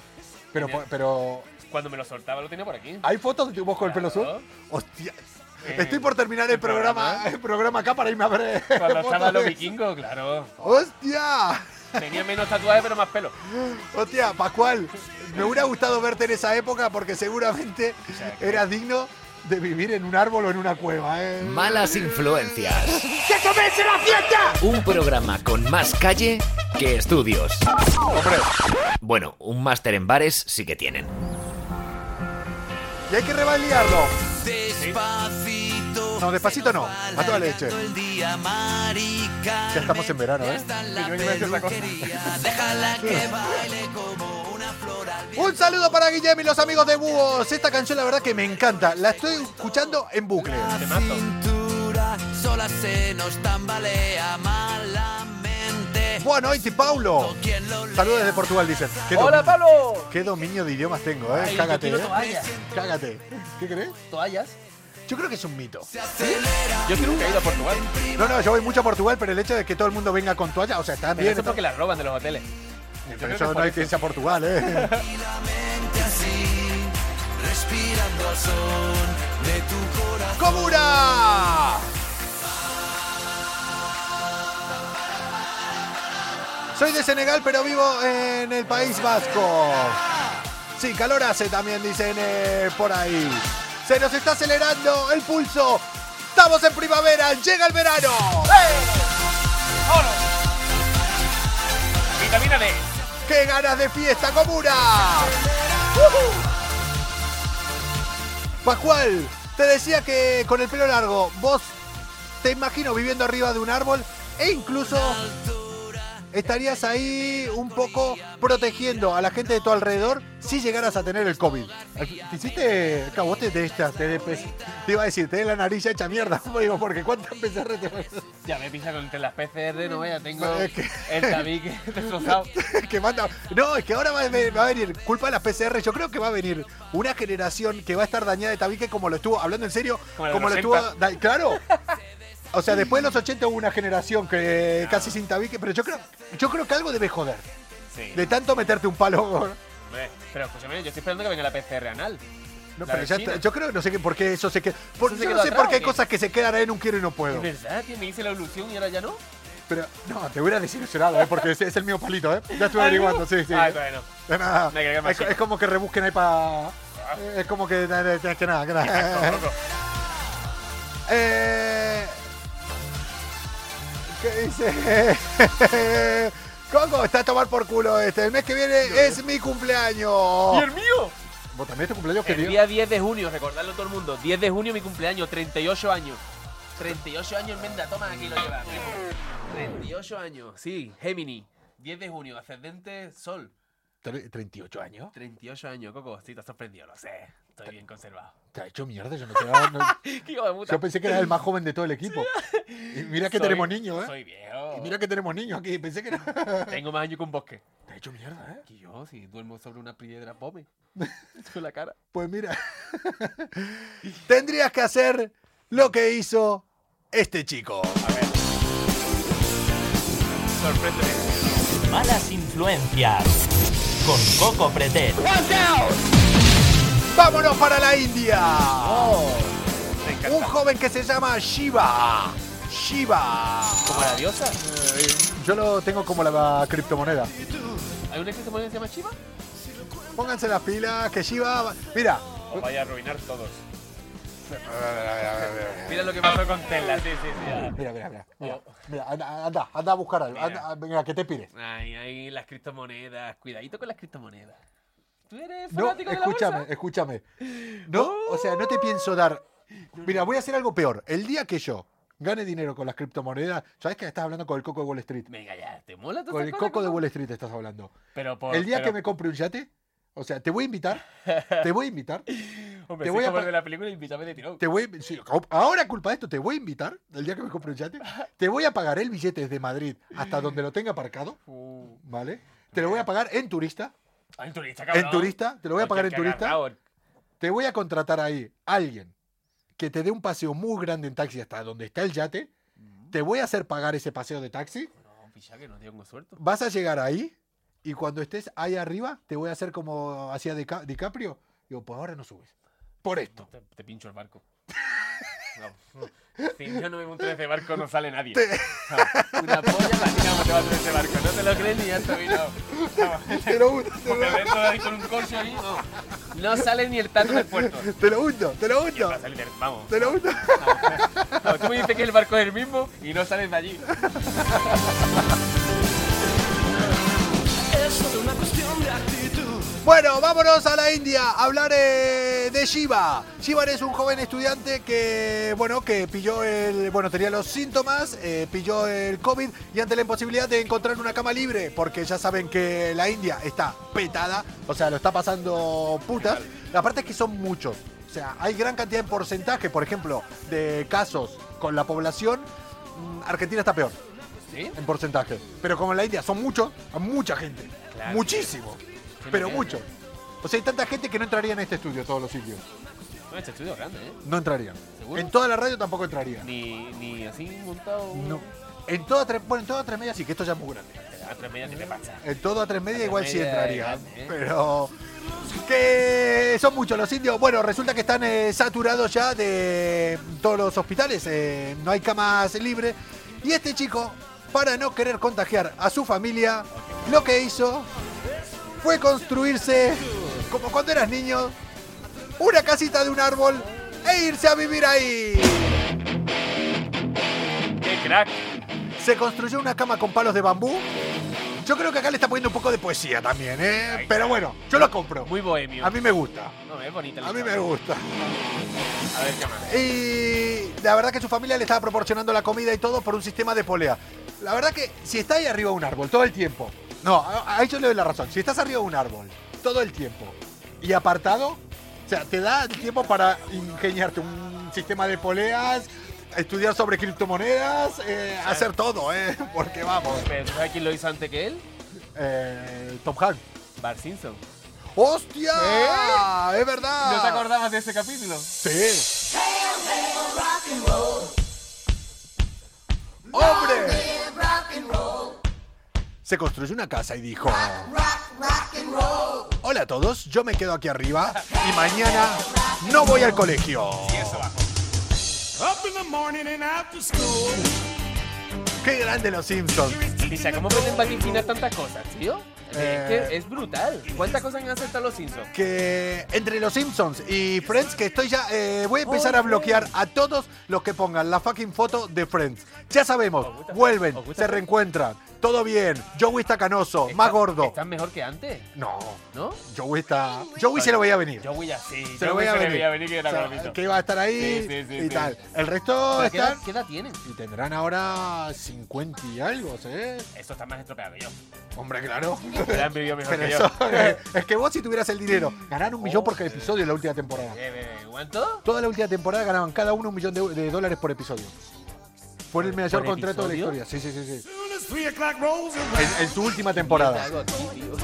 Speaker 4: Pero,
Speaker 5: Tenía-
Speaker 4: pero
Speaker 5: Cuando me lo soltaba, lo tenía por aquí.
Speaker 4: ¿Hay fotos de vos con el pelo azul?
Speaker 5: Claro.
Speaker 4: Hostia.
Speaker 5: Eh,
Speaker 4: Estoy por terminar el
Speaker 5: el
Speaker 4: programa,
Speaker 5: programa.
Speaker 4: el programa acá para irme a ver.
Speaker 7: Cuando
Speaker 4: fotos
Speaker 7: estaba los
Speaker 4: de-
Speaker 7: vikingos, claro.
Speaker 4: ¡Hostia!
Speaker 5: Tenía menos tatuajes, pero más pelo.
Speaker 4: Hostia, Pascual, me hubiera gustado verte en esa época porque seguramente eras digno de vivir en un árbol o en una cueva, ¿eh?
Speaker 6: Malas influencias. ¡Que comience la fiesta! Un programa con más calle que estudios. Bueno, un máster en bares sí que tienen.
Speaker 4: Y hay que rebaliarlo.
Speaker 1: Despacito.
Speaker 4: No, despacito no, a toda leche.
Speaker 1: Todo el día, marica.
Speaker 4: Ya estamos en verano, ¿eh?
Speaker 1: La
Speaker 7: yo iba a decir otra cosa.
Speaker 1: peluquería, déjala que baile como una flor al viento.
Speaker 4: Un saludo para Guillem y los amigos de Búhos. Esta canción la verdad que me encanta. La estoy escuchando en bucle.
Speaker 1: Cintura, sola se nos tambalea malamente.
Speaker 4: Bueno, hoy Paulo.
Speaker 1: ¿Quién lo
Speaker 4: Saludos desde Portugal, dicen. Qué
Speaker 5: ¡Hola,
Speaker 4: dominio-
Speaker 5: Pablo!
Speaker 4: Qué dominio de idiomas tengo, ¿eh?
Speaker 5: Ay, yo
Speaker 4: Cágate,
Speaker 5: quiero
Speaker 4: ¿eh?
Speaker 5: toallas.
Speaker 4: Cágate. ¿Qué crees?
Speaker 5: ¿Toallas?
Speaker 4: Yo creo que es un mito.
Speaker 5: Yo que nunca he ido a Portugal.
Speaker 4: No, no, yo voy mucho a Portugal, pero el hecho de que todo el mundo venga con toalla, o sea, está
Speaker 5: Pero
Speaker 4: bien.
Speaker 5: eso es porque las roban de los hoteles.
Speaker 4: pero
Speaker 7: creo
Speaker 4: eso
Speaker 7: que
Speaker 4: no
Speaker 7: por
Speaker 4: hay que irse a Portugal, ¿eh?
Speaker 1: tranquilamente así? Respirando al son de tu corazón.
Speaker 4: ¡Comuna! Soy de Senegal, pero vivo en el País Vasco. Sí, calor hace también, dicen eh, por ahí. Se nos está acelerando el pulso. Estamos en primavera, llega el verano.
Speaker 7: Vitamina D.
Speaker 4: ¡Qué ganas de fiesta, comuna! ¡Ujú! Pascual, te decía que con el pelo largo, vos te imagino viviendo arriba de un árbol e incluso estarías ahí un poco protegiendo a la gente de tu alrededor si llegaras a tener el COVID. ¿Te hiciste cabote de estas? Te, te iba a decir, te de la nariz ya hecha mierda, [laughs] digo, porque cuántas PCR te
Speaker 5: Ya me pisa con entre las PCR, no vaya, tengo
Speaker 4: Es que-
Speaker 5: el tabique
Speaker 4: [laughs]
Speaker 5: destrozado.
Speaker 4: que manda. No, es que ahora va, va a venir, culpa de las PCR, yo creo que va a venir una generación que va a estar dañada de tabique como lo estuvo, hablando en serio,
Speaker 7: Como la
Speaker 4: como lo
Speaker 7: de los
Speaker 4: estuvo. da- claro. O sea, después de los 80 hubo una generación que casi sin tabique, pero yo creo, yo creo que algo debe joder.
Speaker 7: Sí.
Speaker 4: De tanto meterte un palo. [laughs]
Speaker 7: Hombre.
Speaker 5: Pero escúchame, yo estoy esperando que venga la PCR anal.
Speaker 4: No,
Speaker 5: La
Speaker 4: pero
Speaker 5: de
Speaker 4: ya
Speaker 5: China.
Speaker 4: está- yo creo que no sé qué, por qué eso se queda. Por,
Speaker 5: ¿Eso se
Speaker 4: yo no
Speaker 5: quedó
Speaker 4: sé
Speaker 5: atrás
Speaker 4: por qué
Speaker 5: o
Speaker 4: hay
Speaker 5: qué?
Speaker 4: cosas que se quedan ahí en un quiero y no puedo.
Speaker 5: Es verdad, tío, me hice la evolución y ahora ya no.
Speaker 4: Pero no, te hubiera desilusionado, ¿eh? porque es, es el mío palito, ¿eh? Ya estuve averiguando, sí, sí.
Speaker 7: Ah, bueno.
Speaker 4: De nada.
Speaker 7: Me quedé más
Speaker 4: Es,
Speaker 7: chico.
Speaker 4: es como que rebusquen ahí para. Es como que. na- na- na- que nada, que nada. [laughs] Eh, ¿Qué dice? [laughs] Coco, está a tomar por culo este. El mes que viene es mi cumpleaños.
Speaker 7: ¿Y el mío?
Speaker 4: ¿Vos también es tu cumpleaños,
Speaker 5: El
Speaker 4: querido?
Speaker 5: día 10 de junio, recordadlo todo el mundo. 10 de junio mi cumpleaños, 38 años. 38 años, enmienda, toma, aquí lo llevas. primo. 38 años, sí, Gemini. 10 de junio, ascendente Sol.
Speaker 4: Tre- 38 años.
Speaker 5: 38 años, Coco, sí, te has sorprendido, lo sé. Estoy bien conservado. [laughs]
Speaker 4: Te ha hecho mierda, yo no te daba- no-
Speaker 5: ¡Qué hijo de puta!
Speaker 4: Yo pensé que eras el más joven de todo el equipo. Y mira que
Speaker 5: Soy-
Speaker 4: tenemos niños, ¿eh?
Speaker 5: Soy viejo.
Speaker 4: Y mira que tenemos niños aquí. Pensé que era. [laughs] Te
Speaker 5: Tengo más años que un bosque.
Speaker 4: ha hecho mierda, ¿eh?
Speaker 5: Que yo, si duermo sobre una piedra,
Speaker 4: [laughs]
Speaker 5: pome. Con la cara.
Speaker 4: Pues mira, [laughs] tendrías que hacer lo que hizo este chico.
Speaker 7: Sorprende.
Speaker 8: Malas influencias con Coco Pretel.
Speaker 4: Vámonos para la India.
Speaker 5: Oh,
Speaker 7: Me
Speaker 4: Un
Speaker 7: encanta.
Speaker 4: joven que se llama Shiva. Shiva.
Speaker 5: ¿Como la diosa?
Speaker 4: Yo lo tengo como la criptomoneda.
Speaker 5: ¿Hay una que se pone- se llama Chiva?
Speaker 4: Pónganse las pilas, que Shiva... va- Mira.
Speaker 7: Os vaya a arruinar todos. Mira lo que pasó con Tesla. Sí, sí, sí.
Speaker 4: Mira, mira, mira. Mira, mira, anda, anda, anda a buscar algo. Anda,
Speaker 5: Mira.
Speaker 4: a- venga, que te pide.
Speaker 5: Ay, ay, las criptomonedas. Cuidadito con las criptomonedas. ¿Tú eres
Speaker 4: No,
Speaker 5: fanático de la
Speaker 4: escúchame,
Speaker 5: bolsa?
Speaker 4: escúchame. No, o sea, no te pienso dar. Mira, voy a hacer algo peor. El día que yo gane dinero con las criptomonedas. ¿Sabes que estás hablando con el coco de Wall Street?
Speaker 5: Venga, ya, ¿te mola todo
Speaker 4: Con el coco de Wall Street estás hablando.
Speaker 7: Pero por,
Speaker 4: el día
Speaker 7: pero-
Speaker 4: que me compre un yate, o sea, te voy a invitar, te voy a invitar,
Speaker 7: Hombre,
Speaker 4: te
Speaker 7: te
Speaker 4: voy a
Speaker 7: como
Speaker 4: pa-
Speaker 7: el de la película, invítame de tirón.
Speaker 4: te voy a- sí, co- ahora culpa de esto, te voy a invitar, el día que me compre un
Speaker 7: [laughs]
Speaker 4: yate, te voy a pagar el billete desde Madrid hasta donde lo tenga aparcado,
Speaker 7: Uh,
Speaker 4: ¿vale? Te lo voy a pagar en turista,
Speaker 7: en turista, cabrón.
Speaker 4: en turista, te lo voy a pagar en
Speaker 7: Cualquier que
Speaker 4: turista.
Speaker 7: agarrao,
Speaker 4: Te voy a contratar ahí a alguien que te dé un paseo muy grande en taxi hasta donde está el yate. Te voy a hacer pagar ese paseo de taxi.
Speaker 5: No, picha, que no tengo suerte.
Speaker 4: Vas a llegar ahí y cuando estés ahí arriba, te voy a hacer como hacía Dica- DiCaprio. Digo, pues ahora no subes.
Speaker 7: [laughs]
Speaker 4: Por esto.
Speaker 5: Te, te pincho el barco. [laughs] No. Si yo no me monto en ese barco, no sale nadie. Una polla latina no te va a traer ese barco. No te lo crees ni ya está mirado.
Speaker 4: Te lo hundo,
Speaker 7: Te
Speaker 4: te
Speaker 7: voy
Speaker 4: lo,
Speaker 7: a ver todo ahí con un corcho ahí.
Speaker 5: No, no sale ni el tato del puerto.
Speaker 4: te lo hundo, te lo hundo,
Speaker 7: Va a salir del- Vamos.
Speaker 4: te lo hundo.
Speaker 5: No, tú me dices que el barco es el mismo y no sales de allí.
Speaker 4: Bueno, vámonos a la India a hablar eh, de Shiva. Shiva es un joven estudiante que, bueno, que pilló el, bueno, tenía los síntomas, eh, pilló el COVID y ante la imposibilidad de encontrar una cama libre, porque ya saben que la India está petada, o sea, lo está pasando putas. La parte es que son muchos, o sea, hay gran cantidad de porcentaje, por ejemplo, de casos con la población. Mm, Argentina está peor
Speaker 5: ¿Sí?
Speaker 4: en porcentaje, pero como en la India son muchos, a mucha gente,
Speaker 5: Claro.
Speaker 4: muchísimo. Pero
Speaker 5: bien.
Speaker 4: mucho. O sea, hay tanta gente que no entraría en este estudio, todos los indios.
Speaker 5: No, este estudio es grande, ¿eh?
Speaker 4: No entrarían.
Speaker 5: ¿Seguro?
Speaker 4: En toda la radio tampoco entrarían.
Speaker 5: Ni, ni así montado.
Speaker 4: No. En toda, tres- bueno, en toda tres media sí, que esto ya es muy grande.
Speaker 5: A tres medias que te pasa.
Speaker 4: En toda tres media
Speaker 5: Tres
Speaker 4: igual sí
Speaker 5: media
Speaker 4: entrarían.
Speaker 5: es grande, ¿eh?
Speaker 4: Pero. Que son muchos los indios. Bueno, resulta que están eh, saturados ya de todos los hospitales. eh, no hay camas libres. Y este chico, para no querer contagiar a su familia, lo que hizo fue construirse, como cuando eras niño, una casita de un árbol e irse a vivir ahí.
Speaker 7: ¡Qué crack!
Speaker 4: Se construyó una cama con palos de bambú. Yo creo que acá le está poniendo un poco de poesía también, ¿eh? Pero bueno, yo lo compro.
Speaker 5: Muy bohemio.
Speaker 4: A mí me gusta.
Speaker 5: No, es bonita la
Speaker 4: A mí
Speaker 5: historia.
Speaker 4: me gusta.
Speaker 5: A ver qué más.
Speaker 4: Y la verdad que su familia le estaba proporcionando la comida y todo por un sistema de polea. La verdad que si está ahí arriba de un árbol todo el tiempo. No, a- ahí yo le doy la razón. Si estás arriba de un árbol todo el tiempo y apartado, o sea, te da el tiempo para ingeniarte un sistema de poleas, estudiar sobre criptomonedas, eh, hacer todo, ¿eh? [laughs] Porque vamos.
Speaker 5: Pero ¿tú sabes quién lo hizo antes que él?
Speaker 4: Eh, Tom Hanks.
Speaker 5: Bar Simpson.
Speaker 4: ¡Hostia! ¡Es verdad!
Speaker 5: ¿No te acordabas de ese capítulo?
Speaker 4: Sí. ¡Hombre! Se construyó una casa y dijo... Hola a todos, yo me quedo aquí arriba y mañana no voy al colegio. ¡Qué grande los Simpsons!
Speaker 5: Dice, ¿cómo pueden vaticinar tantas cosas, tío? Es
Speaker 4: Eh.
Speaker 5: que es brutal. ¿Cuántas cosas han aceptado los Simpsons?
Speaker 4: que entre los Simpsons y Friends que estoy ya eh, voy a empezar a bloquear a todos los que pongan la fucking foto de Friends. Ya sabemos,
Speaker 5: Os gusta
Speaker 4: vuelven,
Speaker 5: Friends, os gusta
Speaker 4: se
Speaker 5: Friends.
Speaker 4: reencuentran, todo bien. Joey está canoso,
Speaker 5: Está-
Speaker 4: más gordo.
Speaker 5: Están mejor que antes,
Speaker 4: No,
Speaker 5: ¿no?
Speaker 4: Joey está, Joey se lo veía venir.
Speaker 5: Yo voy así.
Speaker 4: Se lo veía
Speaker 7: se le
Speaker 4: venir.
Speaker 7: veía venir que era
Speaker 4: O sea,
Speaker 7: gordito.
Speaker 4: que iba a estar ahí
Speaker 7: Sí, sí, sí,
Speaker 4: y
Speaker 7: sí.
Speaker 4: tal. El resto
Speaker 5: ¿Pero ¿Qué edad,
Speaker 4: están
Speaker 5: qué edad tienen?
Speaker 4: y tendrán ahora 50 y algo, ¿eh?
Speaker 7: Esto está más estropeado que
Speaker 5: Eh,
Speaker 7: yo.
Speaker 4: Hombre, claro.
Speaker 7: Pero han vivido mejor
Speaker 4: Pero
Speaker 7: que
Speaker 4: eso,
Speaker 7: yo.
Speaker 4: [laughs]
Speaker 7: Oh,
Speaker 4: es que vos si tuvieras el dinero, ganar un millón por cada episodio en la última temporada.
Speaker 5: Eh, eh, ¿Cuánto?
Speaker 4: Toda la última temporada ganaban cada uno un millón de, de dólares por episodio. Fue el mayor
Speaker 5: por
Speaker 4: contrato
Speaker 5: episodio?
Speaker 4: de la historia. Sí, sí, sí. sí. En, en su última temporada. [laughs]
Speaker 5: Algo aquí, tío.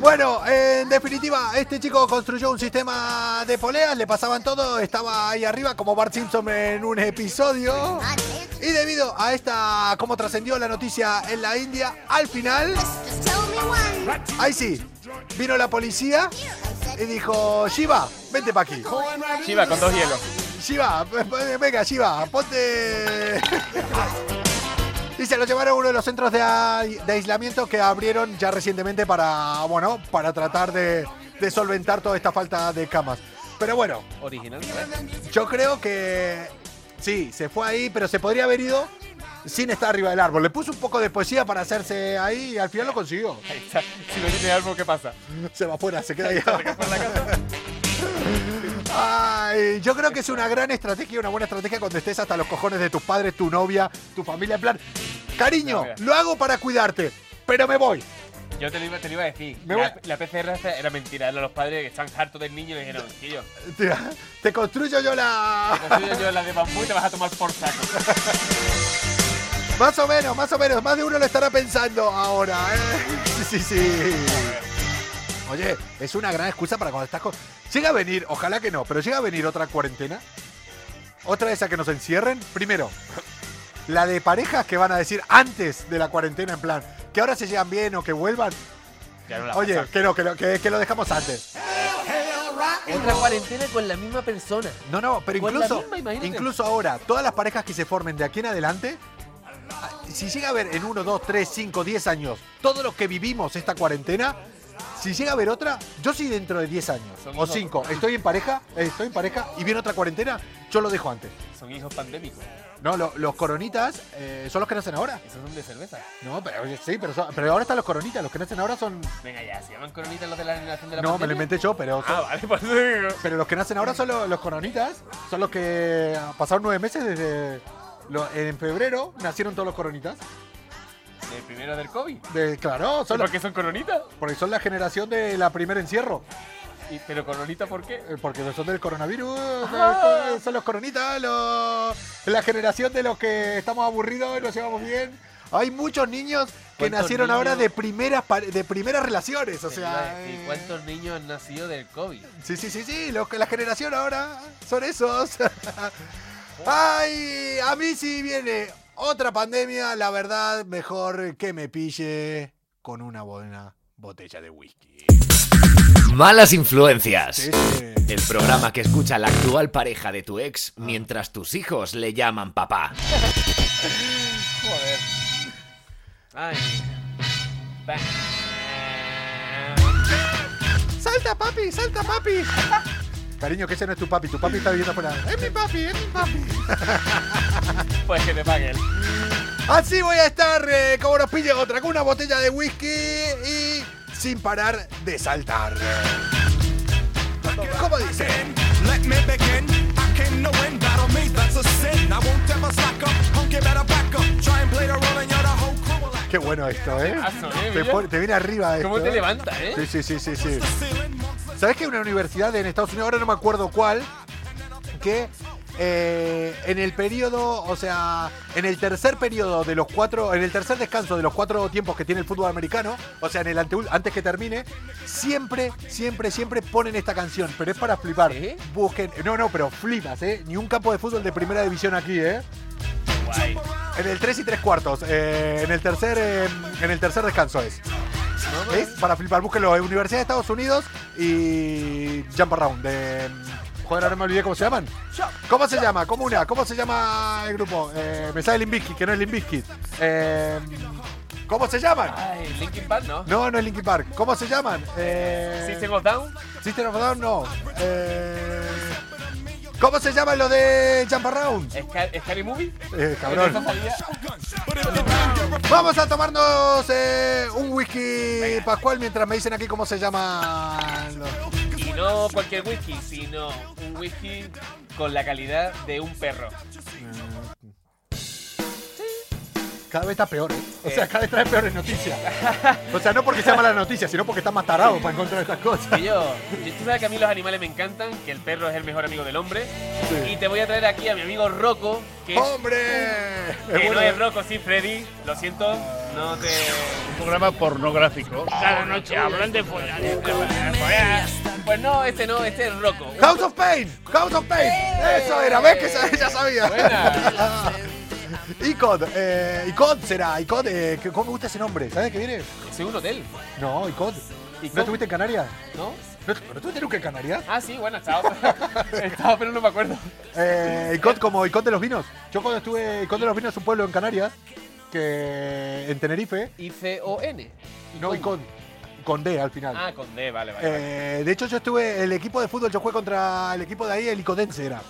Speaker 4: Bueno, en definitiva, este chico construyó un sistema de poleas, le pasaban todo, estaba ahí arriba como Bart Simpson en un episodio. Y debido a esta, cómo trascendió la noticia en la India, al final, ahí sí, vino la policía y dijo, Shiva, vente pa' aquí.
Speaker 7: Chiva con dos hielos.
Speaker 4: Shiva, p- p- venga, Shiva, ponte. [laughs] Y se lo llevaron a uno de los centros de, ai- de aislamiento que abrieron ya recientemente para, bueno, para tratar de, de solventar toda esta falta de camas. Pero bueno,
Speaker 5: Original. [laughs]
Speaker 4: yo creo que sí, se fue ahí, pero se podría haber ido sin estar arriba del árbol. Le puso un poco de poesía para hacerse ahí y al final lo consiguió.
Speaker 7: Ahí está. Si no tiene árbol, ¿qué pasa?
Speaker 4: Se va afuera, se queda ahí.
Speaker 7: Por la casa.
Speaker 4: Ay, eh, yo creo que es una gran estrategia, una buena estrategia cuando estés hasta los cojones de tus padres, tu novia, tu familia. En plan,
Speaker 5: No,
Speaker 4: cariño,
Speaker 5: mira.
Speaker 4: lo hago para cuidarte, pero me voy.
Speaker 5: Yo te lo iba, te lo iba a decir.
Speaker 4: Me
Speaker 5: la,
Speaker 4: voy-
Speaker 5: la PCR esta era mentira. Eran los padres que están hartos del niño y le dijeron, tío,
Speaker 4: Te, te construyo yo la.
Speaker 5: construyo yo la de bambú y te vas a tomar por [laughs] saco.
Speaker 4: Más o menos, más o menos. Más de uno lo estará pensando ahora, ¿eh? [laughs] Sí, sí, sí. Oye, es una gran excusa para cuando estás con. Llega a venir, ojalá que no, pero llega a venir otra cuarentena. Otra de esas que nos encierren. Primero, la de parejas que van a decir antes de la cuarentena, en plan, que ahora se llegan bien o que vuelvan.
Speaker 5: Ya no la
Speaker 4: Oye,
Speaker 5: pasan.
Speaker 4: que no, que lo, que, que lo dejamos antes.
Speaker 9: Otra cuarentena con la misma persona.
Speaker 4: No, no, pero
Speaker 9: Con la
Speaker 4: incluso,
Speaker 9: misma, imagínate.
Speaker 4: incluso ahora, todas las parejas que se formen de aquí en adelante, ah, si llega a haber en 1, 2, 3, 5, 10 años, todos los que vivimos esta cuarentena, si llega a haber otra, yo sí dentro de 10 años
Speaker 5: Son
Speaker 4: o
Speaker 5: hijos.
Speaker 4: 5, estoy en pareja, eh, estoy en pareja y viene otra cuarentena, yo lo dejo antes.
Speaker 5: son hijos pandémicos.
Speaker 4: No, lo- los coronitas eh, son los que nacen ahora.
Speaker 5: Esos son de cerveza.
Speaker 4: No, pero oye, sí, pero, son- pero ahora están los coronitas, los que nacen ahora son...
Speaker 5: Venga ya, ¿se llaman coronitas los de la generación de la
Speaker 4: No, me lo
Speaker 5: pandemia?
Speaker 4: inventé yo, pero son-
Speaker 5: Ah, vale, [laughs] por eso digo.
Speaker 4: Pero los que nacen ahora son los, los coronitas, son los que pasaron nueve meses desde... lo- en febrero nacieron todos los coronitas.
Speaker 5: ¿El Eh, primero del COVID?
Speaker 4: De, claro, son
Speaker 5: ¿Por
Speaker 4: los-
Speaker 5: qué son coronitas?
Speaker 4: porque son la generación de la primera encierro.
Speaker 5: Y- ¿Pero coronitas por qué?
Speaker 4: eh, Porque son del coronavirus,
Speaker 5: Ah.
Speaker 4: eh, son los coronitas, los- la generación de los que estamos aburridos y nos llevamos bien. Hay muchos niños que
Speaker 5: ¿Cuántos
Speaker 4: nacieron ahora
Speaker 5: niños?
Speaker 4: de primeras pare- de primeras relaciones, o
Speaker 5: Te iba a
Speaker 4: sea.
Speaker 5: decir,
Speaker 4: eh,
Speaker 5: ¿Cuántos niños han nacido del COVID?
Speaker 4: Sí, sí, sí, sí, los que la generación ahora son esos. [laughs] Ay, a mí sí viene otra pandemia, la verdad, mejor que me pille con una buena botella de whisky.
Speaker 6: Malas influencias.
Speaker 4: Sí, sí.
Speaker 6: El programa que escucha la actual pareja de tu ex mientras tus hijos le llaman papá.
Speaker 5: Joder. Ay. Bam.
Speaker 4: ¡Salta, papi! ¡Salta, papi! Cariño, que ese no es tu papi, tu papi está viviendo afuera. ¡Es mi papi! ¡Es mi papi!
Speaker 5: Pues que te paguen.
Speaker 4: Así voy a estar, eh, como nos pille otra, con una botella de whisky y sin parar de saltar. ¿Cómo dice?
Speaker 2: Let me begin. I came to win. Battle me, that's a sin. I won't ever slack up. Punk, you better back up. Try and play the role and you're the whole crew will act.
Speaker 4: Qué bueno esto, ¿eh?
Speaker 5: Paso, ¿eh,
Speaker 4: Te,
Speaker 5: Villa?
Speaker 4: pone- te viene arriba esto.
Speaker 5: ¿Cómo te
Speaker 4: ¿eh?
Speaker 5: levantas, eh?
Speaker 4: Sí, sí, sí, sí, sí.
Speaker 2: The ceiling, monsters
Speaker 4: ¿Sabes que hay una universidad en Estados Unidos, ahora no me acuerdo cuál, que eh, en el periodo, o sea, en el tercer periodo de los cuatro, en el tercer descanso de los cuatro tiempos que tiene el fútbol americano, o sea, en el anteul- antes que termine, siempre, siempre, siempre ponen esta canción, pero es para flipar.
Speaker 9: ¿Sí?
Speaker 4: Busquen, no, no, pero flipas, ¿eh? Ni un campo de fútbol de primera división aquí, ¿eh?
Speaker 5: Guay.
Speaker 4: En el 3 y 3 cuartos, eh, en, el tercer, eh, en el tercer descanso es. Es para flipar, búsquenlo, eh, Universidad de Estados Unidos y Jump Around de... mm, Joder, ahora me olvidé cómo se llaman. ¿Cómo se llama? Comuna, ¿cómo se llama el grupo? Eh, me sale Limbiskit, que no es Limbiskit. Eh, ¿Cómo se llaman?
Speaker 5: Ay, Linkin Park, ¿no?
Speaker 4: No, no es Linkin Park. ¿Cómo se llaman? Eh,
Speaker 5: System of Down.
Speaker 4: System of a Down, no. Eh, ¿Cómo se llaman los de Jump Around?
Speaker 5: Scar- Scary Movie.
Speaker 4: Eh, cabrón.
Speaker 5: Eso salía.
Speaker 4: Vamos a tomarnos eh, un whisky Pascual mientras me dicen aquí cómo se llama.
Speaker 5: Y no cualquier whisky, sino un whisky con la calidad de un perro.
Speaker 4: Cada vez está peor, ¿eh? O sea, cada vez trae peores noticias. O sea, no porque sea mala noticia, sino porque está más tarado para encontrar estas cosas.
Speaker 5: Y yo, yo- tú sabes que a mí los animales me encantan, que el perro es el mejor amigo del hombre.
Speaker 4: Sí. Oh.
Speaker 5: Y te voy a traer aquí a mi amigo Rocco, que, es-
Speaker 4: ¡Hombre! Es
Speaker 5: que
Speaker 4: bueno,
Speaker 5: no es
Speaker 4: ¿eh?
Speaker 5: Rocco, sí, Freddy. Lo siento, no te.
Speaker 10: programa pornográfico. Cada noche hablan de follar.
Speaker 5: Pues no, este no, este es Rocco.
Speaker 4: House of Pain, House of Pain. Eso era, ves que sa- ya sabía.
Speaker 5: Buena.
Speaker 4: [laughs] Icod, eh, Icod será, Icod, eh, que- ¿cómo me gusta ese nombre? ¿Sabes qué viene?
Speaker 5: Es un hotel,
Speaker 4: No, Icod.
Speaker 5: Icod.
Speaker 4: ¿No estuviste en Canarias?
Speaker 5: ¿no?
Speaker 4: ¿No, ¿no estuviste nunca en Canarias?
Speaker 5: Ah, sí, bueno, estaba, [laughs] estaba pero no me acuerdo.
Speaker 4: Eh, Icod como Icod de los Vinos. Yo cuando estuve, Icod de los Vinos es un pueblo en Canarias, que en Tenerife,
Speaker 5: I-C-O-N.
Speaker 4: no Icod, con D al final.
Speaker 5: Ah, con D, vale, vale. vale.
Speaker 4: Eh, de hecho yo estuve, el equipo de fútbol, yo jugué contra el equipo de ahí, el Icodense era.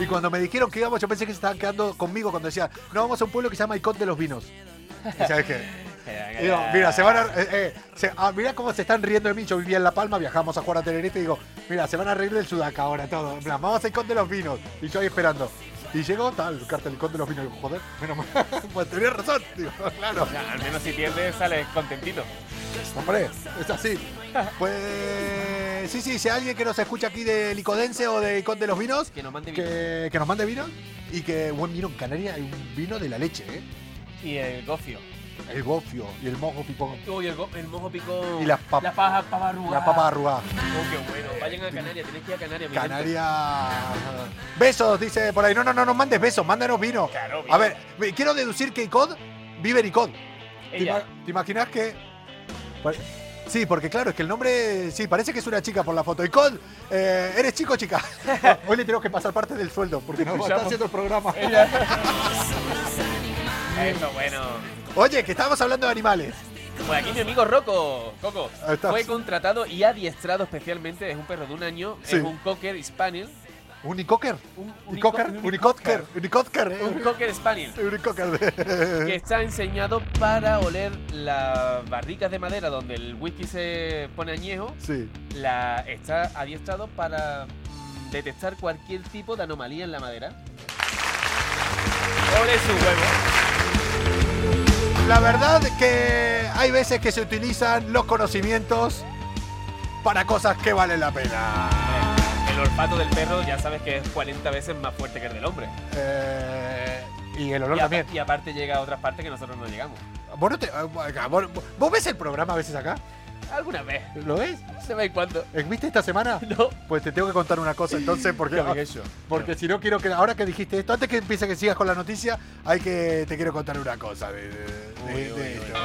Speaker 4: Y cuando me dijeron que íbamos, yo pensé que se estaban quedando conmigo cuando decían, no, vamos a un pueblo que se llama Icod de los Vinos. Y sabes qué? Y digo, mira, se van a. eh, eh, se- ah, mira cómo se están riendo de mí. Yo vivía en La Palma, viajamos a jugar a Tenerife y digo, mira, se van a reír del Sudaca ahora todo. En plan, vamos al Conde de los Vinos. Y yo ahí esperando. Y llegó tal, el cartel del Conde de los Vinos. Y digo, joder, menos mal. [laughs] pues tenías razón, digo, claro.
Speaker 5: Ya, al menos si pierdes, sales contentito.
Speaker 4: Hombre, es así. Pues sí, sí, si hay alguien que nos escucha aquí de Licodense o de Conde de los Vinos,
Speaker 5: Que nos mande vino.
Speaker 4: que, que nos mande vino y que buen vino en Canarias, hay un vino de la leche, ¿eh?
Speaker 5: Y el gofio.
Speaker 4: El gofio y el mojo pipón.
Speaker 5: Uy, el, go- el mojo picó.
Speaker 4: Y las pap-
Speaker 5: La paja paparruga.
Speaker 4: La papa arrugada.
Speaker 5: Oh, qué bueno. Vayan a Canarias, tenéis que ir a Canarias. mi gente.
Speaker 4: Canarias. Besos, dice por ahí. No, no, no nos mandes besos, mándanos vino.
Speaker 5: Claro, vino.
Speaker 4: A ver, me- quiero deducir que Icod vive en Icod. ¿Te,
Speaker 5: Ella.
Speaker 4: ima- te imaginas que.? pa- Sí, porque claro, es que el nombre. Sí, parece que es una chica por la foto. Icod, eh, eres chico o chica.
Speaker 5: [laughs]
Speaker 4: Hoy le tenemos que pasar parte del sueldo porque no está haciendo el programa.
Speaker 5: Eso, bueno.
Speaker 4: Oye, que estábamos hablando de animales.
Speaker 5: Pues aquí mi amigo Rocco, Coco,
Speaker 4: Ahí está.
Speaker 5: fue contratado y adiestrado especialmente, es un perro de un año,
Speaker 4: Sí.
Speaker 5: es un cocker spaniel,
Speaker 4: Unicocker.
Speaker 5: un, un
Speaker 4: Unicocker.
Speaker 5: ico-
Speaker 4: Unicocker. Unicocker. eh.
Speaker 5: un cocker spaniel,
Speaker 4: Unicocker.
Speaker 5: que está enseñado para oler las barricas de madera donde el whisky se pone añejo,
Speaker 4: Sí.
Speaker 5: la, está adiestrado para mm, detectar cualquier tipo de anomalía en la madera. Ole su huevo.
Speaker 4: La verdad que hay veces que se utilizan los conocimientos para cosas que valen la pena.
Speaker 5: El olfato del perro ya sabes que es 40 veces más fuerte que el del hombre.
Speaker 4: Eh, y el olor
Speaker 5: Y, apa-
Speaker 4: también.
Speaker 5: y aparte llega a otras partes que nosotros no llegamos.
Speaker 4: ¿Vos, no te- ah, vos- vos ves el programa a veces acá?
Speaker 5: Alguna vez.
Speaker 4: ¿Lo ves?
Speaker 5: Se ve cuando. [laughs]
Speaker 4: Eh, ¿Viste esta semana?
Speaker 5: No.
Speaker 4: Pues te tengo que contar una cosa entonces porque, porque si no quiero que ahora que dijiste esto, antes que empiece que sigas con la noticia, hay que te quiero contar una cosa de, de- de- de esto.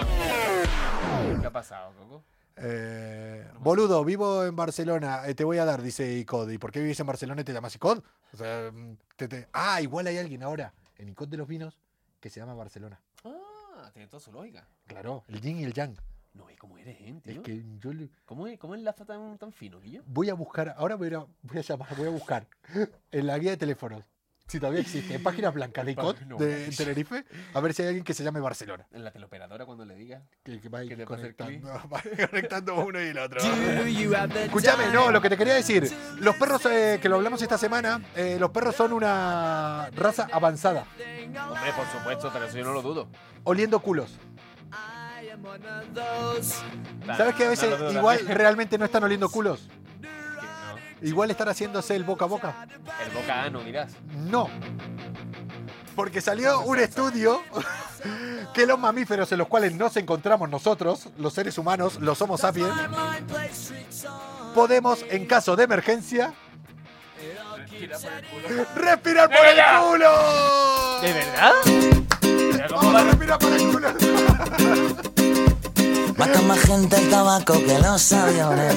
Speaker 5: ¿Qué ha pasado, Coco?
Speaker 4: Eh, boludo, vivo en Barcelona, eh, te voy a dar, dice Icod. ¿Y por qué vives en Barcelona y te llamas Icod? O sea, mm, te- te- Ah, igual hay alguien ahora en Icod de los Vinos que se llama Barcelona.
Speaker 5: Ah, tiene toda su lógica.
Speaker 4: Claro, el yin y el yang.
Speaker 5: No ve cómo eres, ¿eh,
Speaker 4: Es
Speaker 5: tío?
Speaker 4: que yo le-
Speaker 5: ¿Cómo, es, ¿Cómo enlaza tan, tan fino, Guillo?
Speaker 4: voy a buscar, ahora voy a, ir a- voy a llamar, voy a buscar [laughs] en la guía de teléfonos, si todavía existe, en página blanca de Icod,
Speaker 5: No.
Speaker 4: de en Tenerife, a ver si hay alguien que se llame Barcelona.
Speaker 5: En la teleoperadora cuando le diga.
Speaker 4: Que, que va a ir
Speaker 5: Que te pase el
Speaker 4: conectando, [laughs] va a ir conectando uno y el otro. Escúchame,
Speaker 3: Escúchame,
Speaker 4: no, lo que te quería decir. Los perros eh, que lo hablamos esta semana, eh, los perros son una raza avanzada,
Speaker 5: Hombre, por supuesto, pero eso yo no lo dudo.
Speaker 4: oliendo culos. ¿Sabes que a veces igual realmente no están oliendo culos? Igual están haciéndose el boca a boca.
Speaker 5: El boca ano, dirás.
Speaker 4: No. Porque salió un estudio [laughs] que los mamíferos en los cuales nos encontramos nosotros, los seres humanos, los Homo sapiens, podemos, en caso de emergencia, respirar por el
Speaker 5: ¡Venga!
Speaker 4: culo.
Speaker 5: ¿De verdad?
Speaker 4: Vamos a respirar por el culo.
Speaker 3: Mata más gente el tabaco que los aviones.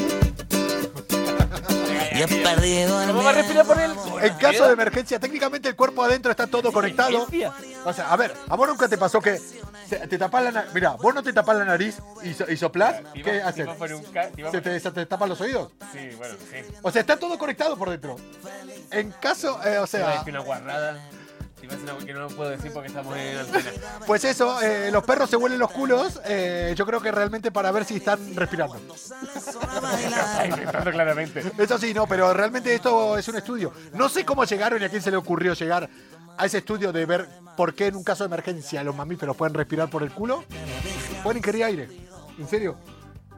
Speaker 3: Y he perdido el
Speaker 5: ¿Cómo va a respirar por él?
Speaker 4: En caso de emergencia, técnicamente el cuerpo adentro está todo conectado. O sea, a ver, a vos nunca te pasó que se- te tapás la nariz. Mira, vos no te tapás la nariz y, so- y soplás.
Speaker 5: Iba-
Speaker 4: ¿Qué
Speaker 5: iba
Speaker 4: haces?
Speaker 5: por un ca- iba
Speaker 4: ¿Se te, se te tapan los oídos?
Speaker 5: Sí, bueno, sí.
Speaker 4: O sea, está todo conectado por dentro. En caso, eh, o
Speaker 5: Iba a
Speaker 4: sea,
Speaker 5: decir una guarrada. Iba a decir una que no lo puedo decir porque estamos [laughs] en Alcina.
Speaker 4: pues eso, eh, los perros se huelen los culos, eh, yo creo que realmente para ver si están respirando.
Speaker 5: Inventando [laughs] claramente.
Speaker 4: Eso sí, no, pero realmente esto es un estudio. No sé cómo llegaron y a quién se le ocurrió llegar a ese estudio de ver por qué en un caso de emergencia los mamíferos pueden respirar por el culo. Pueden ingerir aire, en serio.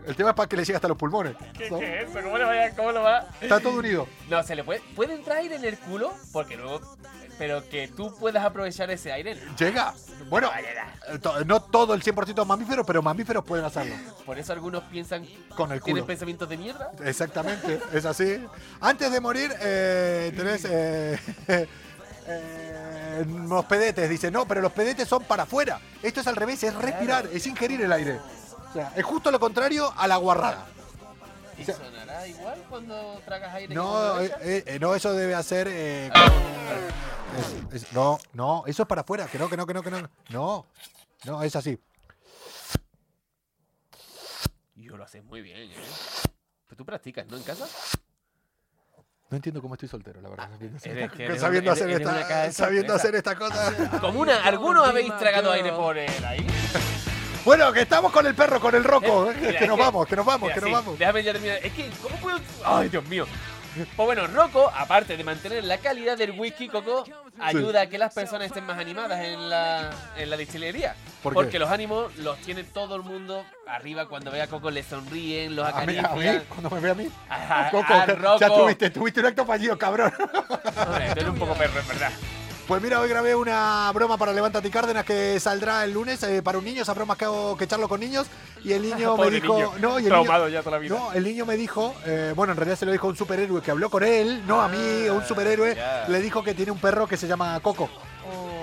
Speaker 4: El tema es para que le llegue hasta los pulmones. ¿no?
Speaker 5: ¿Qué es eso? ¿Cómo le vaya? ¿Cómo lo va?
Speaker 4: Está todo unido.
Speaker 5: No, se le puede. Puede entrar aire en el culo, porque luego. Pero que tú puedas aprovechar ese aire. no.
Speaker 4: Llega. Bueno, eh, to- no todo el 100% de mamíferos, pero mamíferos pueden hacerlo.
Speaker 5: Por eso algunos piensan.
Speaker 4: Con el
Speaker 5: Tienen
Speaker 4: culo.
Speaker 5: pensamientos de mierda.
Speaker 4: Exactamente, es así. Antes de morir, eh, tenés. eh, [laughs] eh, los pedetes, dice, no, pero los pedetes son para afuera. Esto es al revés, es respirar, es ingerir el aire. O sea, es justo lo contrario a la guarrada.
Speaker 5: ¿Y
Speaker 4: O sea-
Speaker 5: sonará igual cuando tragas aire?
Speaker 4: No, eh,
Speaker 5: que cuando lo echas?
Speaker 4: eh, eh, no eso debe hacer. eh, es- es- no, no, eso es para afuera, que no, que no, que no, que no. No, no, es así.
Speaker 5: Yo lo haces muy bien, ¿eh? Pero tú practicas, ¿no? En casa.
Speaker 4: No entiendo cómo estoy soltero, la verdad.
Speaker 5: eres Ah, que eres
Speaker 4: sabiendo
Speaker 5: una-
Speaker 4: hacer,
Speaker 5: eres- eres una
Speaker 4: esta,
Speaker 5: caja de
Speaker 4: sabiendo
Speaker 5: [laughs] sorpresa.
Speaker 4: hacer esta cosa.
Speaker 5: Como una, algunos habéis tragado aire por el aire.
Speaker 4: Bueno, que estamos con el perro, con el roco.
Speaker 5: Eh, [laughs] mira,
Speaker 4: que nos
Speaker 5: es que-
Speaker 4: vamos, que nos vamos,
Speaker 5: Mira,
Speaker 4: que nos
Speaker 5: sí,
Speaker 4: vamos.
Speaker 5: Déjame ya terminar. Es que, ¿cómo puedo.? ¡Ay, Dios mío! Pues bueno, Rocco, aparte de mantener la calidad del whisky Coco, ayuda a que las personas estén más animadas en la, en la destilería.
Speaker 4: ¿Por qué?
Speaker 5: Porque los ánimos los tiene todo el mundo arriba. Cuando ve a Coco le sonríen, los
Speaker 4: A mí,
Speaker 5: acarician.
Speaker 4: Ah, a mí, cuando me ve a mí.
Speaker 5: A- a-
Speaker 4: Coco, ya-
Speaker 5: a
Speaker 4: ya
Speaker 5: Rocco.
Speaker 4: tuviste, tuviste un acto fallido, cabrón.
Speaker 5: Hombre, tú eres un poco perro, es verdad.
Speaker 4: Pues mira, hoy grabé una broma para Levántate y Cárdenas que saldrá el lunes eh, para un niño, esa broma que hago que charlo con niños. Y el
Speaker 5: [laughs]
Speaker 4: niño me
Speaker 5: Pobre
Speaker 4: dijo.
Speaker 5: niño,
Speaker 4: No, y el
Speaker 5: traumado
Speaker 4: niño,
Speaker 5: ya toda la vida.
Speaker 4: No, el niño me dijo, eh, bueno, en realidad se lo dijo a un superhéroe que habló con él, no a mí, a un superhéroe,
Speaker 5: Ah, ya. Oh.
Speaker 4: le dijo que tiene un perro que se llama Coco.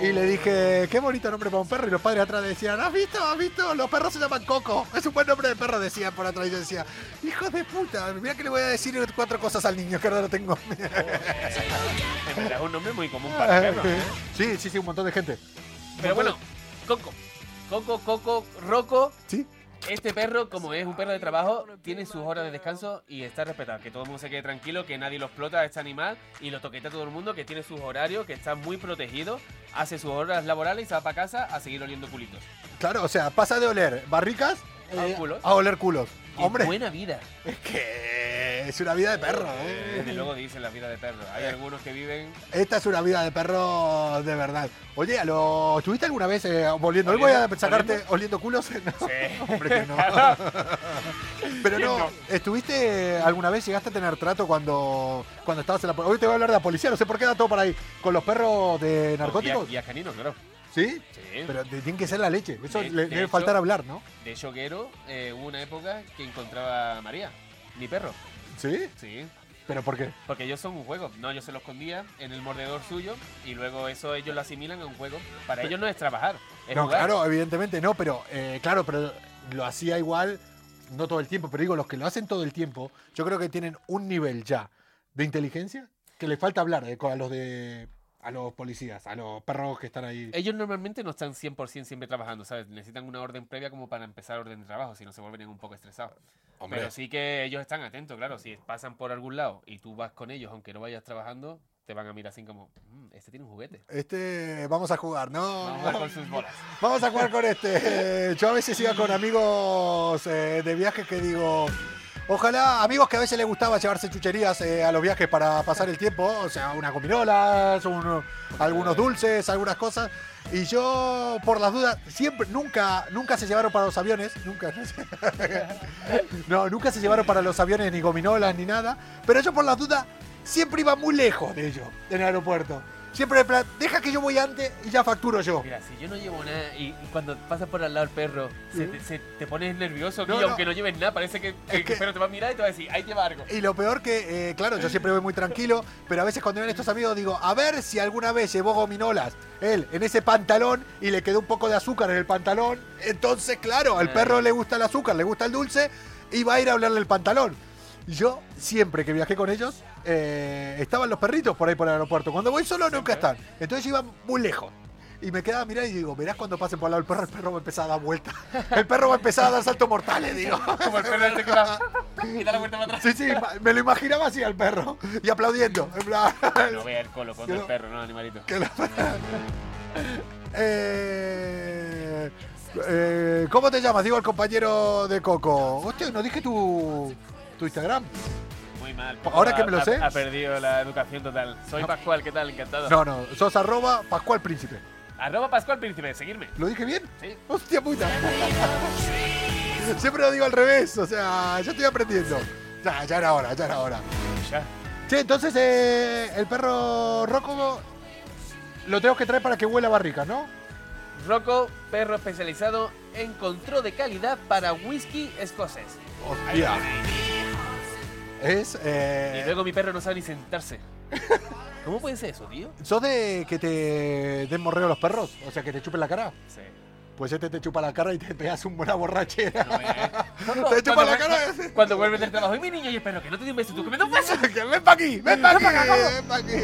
Speaker 4: Y le dije, qué bonito nombre para un perro. Y los padres atrás decían, ¿has visto? ¿Has visto? Los perros se llaman Coco. [laughs] Es un buen nombre de perro, decían por atrás. Y yo decía, hijo de puta, mira que le voy a decir cuatro cosas al niño que ahora no tengo. [laughs]
Speaker 5: En verdad es un nombre muy común
Speaker 4: [laughs]
Speaker 5: para perros. ¿eh?
Speaker 4: sí, sí, sí, un montón de gente.
Speaker 5: Pero bueno, Coco. Coco, Coco, Rocco.
Speaker 4: Sí.
Speaker 5: Este perro, como es un perro de trabajo, tiene sus horas de descanso y está respetado. Que todo el mundo se quede tranquilo, que nadie lo explota a este animal y lo toqueta a todo el mundo, que tiene sus horarios, que está muy protegido, hace sus horas laborales y se va para casa a seguir oliendo culitos.
Speaker 4: Claro, o sea, pasa de oler barricas
Speaker 5: A
Speaker 4: eh,
Speaker 5: culos.
Speaker 4: a oler culos.
Speaker 5: ¡Qué
Speaker 4: Hombre,
Speaker 5: buena vida!
Speaker 4: es que es una vida de perro. ¿eh?
Speaker 5: Desde luego dicen la vida de perro. Hay algunos que viven...
Speaker 4: Esta es una vida de perro de verdad. Oye, ¿a lo ¿estuviste alguna vez eh, volviendo? Hoy voy a
Speaker 5: ¿Oliendo?
Speaker 4: sacarte oliendo culos. [laughs] No, hombre, que [laughs] no. Pero no, ¿estuviste alguna vez, llegaste a tener trato cuando, cuando estabas en la policía? Hoy te voy a hablar de la policía, no sé por qué da todo por ahí. ¿Con los perros de [laughs] narcóticos?
Speaker 5: Y a caninos, claro.
Speaker 4: ¿Sí,
Speaker 5: Sí.
Speaker 4: pero te- tienen que ser la leche. Eso
Speaker 5: De-
Speaker 4: le
Speaker 5: de
Speaker 4: debe
Speaker 5: hecho-
Speaker 4: faltar hablar, ¿no?
Speaker 5: De choquero eh, hubo una época que encontraba a María, mi perro.
Speaker 4: ¿Sí?
Speaker 5: Sí.
Speaker 4: ¿Pero por qué?
Speaker 5: Porque ellos son un juego. No, yo se los escondía en el mordedor suyo y luego eso ellos lo asimilan a un juego. Para ellos no es trabajar. Es
Speaker 4: No,
Speaker 5: jugar.
Speaker 4: claro, evidentemente no, pero eh, claro, pero lo hacía igual, no todo el tiempo, pero digo, los que lo hacen todo el tiempo, yo creo que tienen un nivel ya de inteligencia que les falta hablar eh, con- a los de a los policías, a los perros que están ahí.
Speaker 5: Ellos normalmente no están 100% siempre trabajando, ¿sabes? Necesitan una orden previa como para empezar orden de trabajo, si no se vuelven un poco estresados.
Speaker 4: Hombre.
Speaker 5: Pero sí que ellos están atentos, claro. Si pasan por algún lado y tú vas con ellos, aunque no vayas trabajando, te van a mirar así como, "Mm, este tiene un juguete.
Speaker 4: Este, vamos a jugar, ¿no?
Speaker 5: Vamos a jugar con sus bolas.
Speaker 4: Vamos a jugar con este. Yo a veces iba con amigos eh, de viajes que digo. Ojalá, amigos que a veces les gustaba llevarse chucherías eh, a los viajes para pasar el tiempo, o sea, unas gominolas, un- algunos dulces, algunas cosas. Y yo, por las dudas, siempre, nunca, nunca se llevaron para los aviones, nunca. [laughs] No, nunca se llevaron para los aviones ni gominolas ni nada. Pero yo por las dudas siempre iba muy lejos de ellos, en el aeropuerto. Siempre en plan, deja que yo voy antes y ya facturo yo.
Speaker 5: Mira, si yo no llevo nada y y cuando pasas por al lado el perro, se te, se te pones nervioso
Speaker 4: No,
Speaker 5: y
Speaker 4: no.
Speaker 5: aunque no lleves nada, parece que, que el
Speaker 4: que-
Speaker 5: perro te va a mirar y te va a decir, ahí lleva algo.
Speaker 4: Y lo peor que, eh, claro, yo siempre voy muy tranquilo, pero a veces cuando ven estos amigos digo, a ver si alguna vez llevó gominolas él en ese pantalón y le quedó un poco de azúcar en el pantalón. Entonces, claro, al perro le gusta el azúcar, le gusta el dulce y va a ir a hablarle el pantalón. Yo siempre que viajé con ellos, eh, estaban los perritos por ahí por el aeropuerto. Cuando voy solo nunca están. Entonces yo iba muy lejos. Y me quedaba mirando y digo, verás cuando pasen por al lado el perro, el perro va a empezar a dar vueltas. [laughs] El perro va a empezar a dar saltos mortales, digo.
Speaker 5: Como el perro este que va y da la vuelta para atrás.
Speaker 4: Sí, sí, ma- me lo imaginaba así al perro y aplaudiendo. en plan. [laughs]
Speaker 5: No vea el colo con
Speaker 4: Yo
Speaker 5: el
Speaker 4: no-
Speaker 5: perro, no, animalito.
Speaker 4: Que lo- [laughs] Eh, eh, ¿Cómo te llamas? Digo al compañero de Coco. Hostia, no dije tu, tu Instagram.
Speaker 5: Muy mal.
Speaker 4: Ahora que me lo
Speaker 5: Ha-
Speaker 4: sé.
Speaker 5: Ha, perdido la educación total. Soy Pascual, ¿qué tal? Encantado.
Speaker 4: No, no, sos arroba Pascual Príncipe.
Speaker 5: Arroba Pascual Príncipe, seguirme.
Speaker 4: ¿Lo dije bien?
Speaker 5: Sí.
Speaker 4: Hostia puta. [laughs] Siempre lo digo al revés, o sea, yo estoy aprendiendo. Ya, ya era hora, ya era hora.
Speaker 5: Ya.
Speaker 4: Sí, entonces eh, el perro Rocco lo tengo que traer para que huela a barrica, ¿no?
Speaker 5: Rocco, perro especializado, encontró de calidad para whisky escocés.
Speaker 4: Hostia. Es.
Speaker 5: Y
Speaker 4: Eh,
Speaker 5: luego mi perro no sabe ni sentarse. ¿Cómo puede ser eso, tío?
Speaker 4: ¿Sos de que te den morreo a los perros? O sea, que te chupen la cara.
Speaker 5: Sí.
Speaker 4: Pues este te chupa la cara y te pegas un buena borrachera.
Speaker 5: No, eh.
Speaker 4: te chupa la
Speaker 5: vuel-
Speaker 4: cara.
Speaker 5: Cuando vuelves del trabajo, y mi niño, y espero que no te di un beso, tú que me das un beso.
Speaker 4: [laughs] Que ven pa' aquí, ven pa' aquí, ven pa' aquí.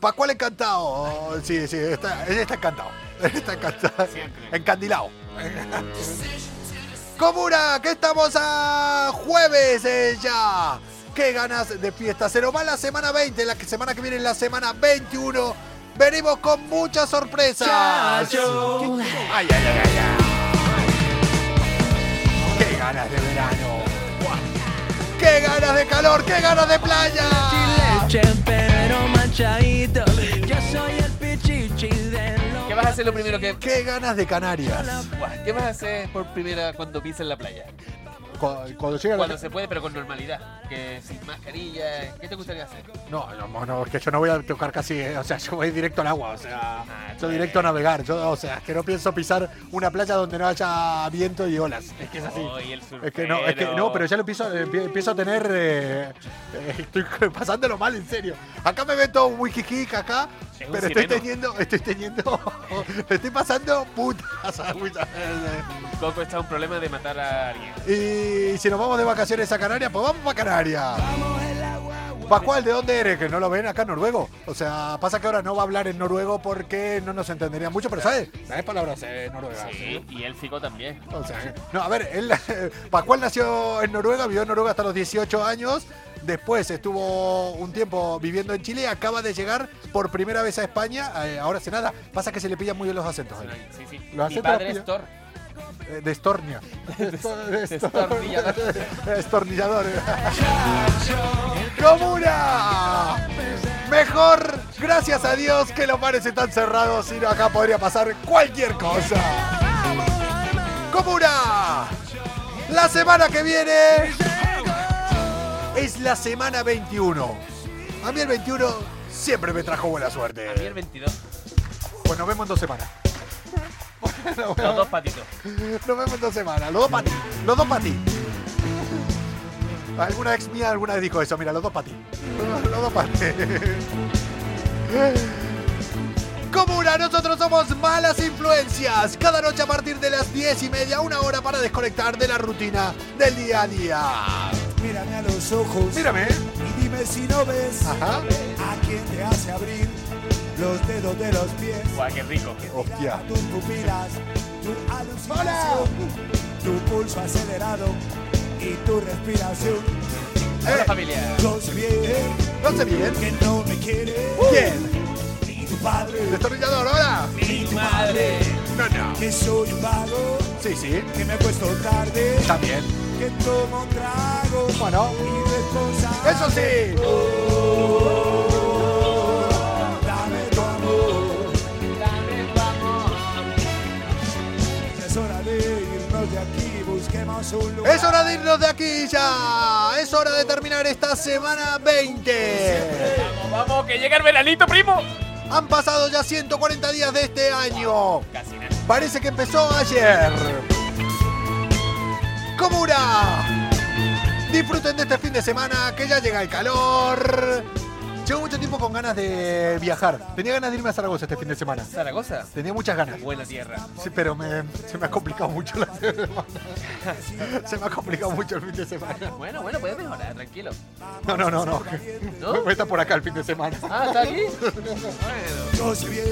Speaker 4: Pascual encantado. Sí, sí, está, él está encantado. Él está encantado. Encandilado. Comuna, que estamos a jueves eh, ya. Qué ganas de fiesta. Se nos va la semana 20, la que- semana que viene es la semana 21. Venimos con muchas sorpresas. Ay, ay, ay, ay, ay. ganas de verano! ¡Buah! ¡Qué ganas de calor! ¡Qué ganas de playa!
Speaker 1: pero manchadito. Yo soy el pichichi de los-
Speaker 7: ¿Qué vas a hacer lo primero que.?
Speaker 4: ¡Qué ganas de Canarias!
Speaker 7: Buah, ¿Qué vas a hacer por primera cuando pises la playa?
Speaker 4: Cu- Cuando llega la...
Speaker 7: Cuando se puede, pero con normalidad. Que sin mascarilla. ¿Qué te gustaría hacer?
Speaker 4: No, no, no, no, es que yo no voy a tocar casi, eh, o sea, yo voy directo al agua, o
Speaker 7: Ah,
Speaker 4: sea, yo directo a navegar, yo, o sea, es que no pienso pisar una playa donde no haya viento y olas, es que es así.
Speaker 7: Ay, el
Speaker 4: Es que no, es que no, pero ya lo empiezo, eh, empie- empiezo a tener, eh, eh, estoy [laughs] pasándolo mal, en serio. Acá me meto un wikikik acá,
Speaker 7: Es un
Speaker 4: pero estoy
Speaker 7: sireno.
Speaker 4: teniendo, estoy teniendo, [laughs] estoy pasando putas [laughs] ah, agüitas.
Speaker 7: Coco está un problema de matar a alguien.
Speaker 4: Y si nos vamos de vacaciones a Canarias, pues vamos para Canarias. Pascual, ¿de dónde eres? Que no lo ven acá en noruego. O sea, pasa que ahora no va a hablar en noruego porque no nos entendería mucho, pero ¿sabes? ¿Sabes palabras eh, noruegas?
Speaker 7: Sí, y el Fico también.
Speaker 4: O sea, que- no, a ver, él, [laughs] Pascual nació en Noruega, vivió en Noruega hasta los 18 años. Después estuvo un tiempo viviendo en Chile y acaba de llegar por primera vez a España. eh, ahora hace nada. Pasa que se le pillan muy bien los acentos. ahí.
Speaker 7: Sí, sí.
Speaker 4: Lo
Speaker 7: Mi
Speaker 4: acepta
Speaker 7: padre
Speaker 4: la
Speaker 7: es Thor.
Speaker 4: Eh, de Estornia.
Speaker 7: Destornillador.
Speaker 4: Estornillador. ¡Comuna! Mejor, gracias a Dios, que los bares están cerrados, sino acá podría pasar cualquier cosa. ¡Comuna! La semana que viene es la semana 21. A mí el 21 siempre me trajo buena suerte.
Speaker 7: A mí el 22.
Speaker 4: Pues nos vemos en dos semanas. Bueno, bueno.
Speaker 7: Los dos patitos.
Speaker 4: [laughs] Nos vemos en dos semanas. Los dos para ti. Los dos para ti. Alguna ex mía alguna vez dijo eso. Mira, los dos para ti. [laughs] Los dos para ti. [laughs] Comuna, nosotros somos malas influencias. Cada noche a partir de las 10 y media, una hora para desconectar de la rutina del día a día.
Speaker 2: Mírame a los ojos
Speaker 4: Mírame. ¿eh?
Speaker 2: y dime si no ves
Speaker 4: Ajá.
Speaker 2: a quien te hace abrir los dedos de los pies.
Speaker 7: Guau, qué rico.
Speaker 4: Hostia.
Speaker 2: Tus pupilas, tu alucinación, tu pulso acelerado y tu respiración.
Speaker 7: Hola, familia.
Speaker 2: Yo sé bien
Speaker 4: No sé bien.
Speaker 2: que no me quieres,
Speaker 4: ¿Quién?
Speaker 2: ni tu padre,
Speaker 4: Destornillador, hola.
Speaker 2: ni tu madre.
Speaker 4: No, no.
Speaker 2: Que soy un vago,
Speaker 4: Sí, sí.
Speaker 2: que me acuesto tarde,
Speaker 4: También.
Speaker 2: que tomo un trago
Speaker 4: Bueno.
Speaker 2: irresponsable.
Speaker 4: Eso sí.
Speaker 2: Dame tu amor, dame tu amor. Es hora de irnos de aquí, busquemos un lugar.
Speaker 4: Es hora de irnos de aquí ya. Es hora de terminar esta semana 20.
Speaker 7: Vamos, vamos, que llega el veranito, primo.
Speaker 4: Han pasado ya 140 días de este año.
Speaker 7: Casi nada.
Speaker 4: Parece que empezó ayer. Comuna. Disfruten de este fin de semana, que ya llega el calor. Llevo mucho tiempo con ganas de viajar. Tenía ganas de irme a Zaragoza este fin de semana.
Speaker 7: Zaragoza.
Speaker 4: Tenía muchas ganas.
Speaker 7: Buena tierra.
Speaker 4: Sí, pero me- se me ha complicado mucho la [laughs] semana. Se me ha complicado mucho el fin de semana.
Speaker 7: Bueno, bueno, puedes mejorar, tranquilo.
Speaker 4: No, no, no, no.
Speaker 7: ¿No?
Speaker 4: Me Está por acá el fin de semana. [laughs]
Speaker 7: Ah, ¿está aquí?
Speaker 2: Yo sé bien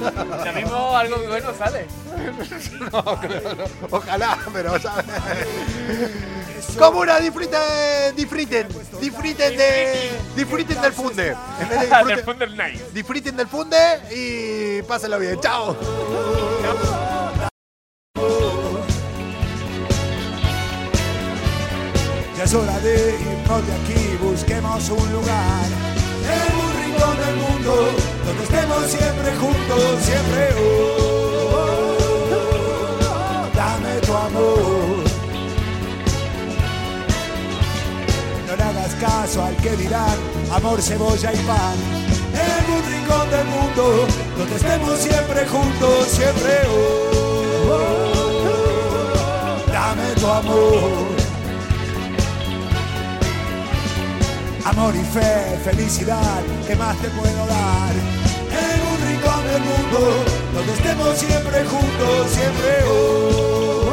Speaker 7: Bueno, ya mismo algo muy bueno sale.
Speaker 4: No, creo, no. Ojalá, pero ¿sabes? Comuna, disfruten, disfruten, disfruten de, disfruten del funde. En vez
Speaker 11: Del
Speaker 4: de disfruten,
Speaker 11: Thunder Knight.
Speaker 4: disfruten del funde y pásenlo bien. Chao.
Speaker 2: Ya es hora de irnos de aquí, busquemos un lugar. En un rincón del mundo, donde estemos siempre juntos, siempre. oh, dame tu amor. No le hagas caso al que dirán, amor, cebolla y pan. En un rincón del mundo, donde estemos siempre juntos, siempre. oh, oh, dame tu amor. Amor y fe, felicidad, ¿qué más te puedo dar? En un rincón del mundo, donde estemos siempre juntos, siempre. oh, oh,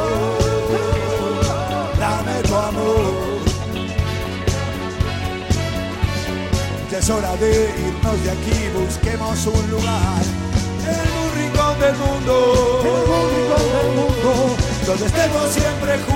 Speaker 2: oh, dame tu amor. Ya es hora de irnos de aquí, busquemos un lugar. En un rincón del mundo, en un rincón del mundo, donde estemos siempre juntos.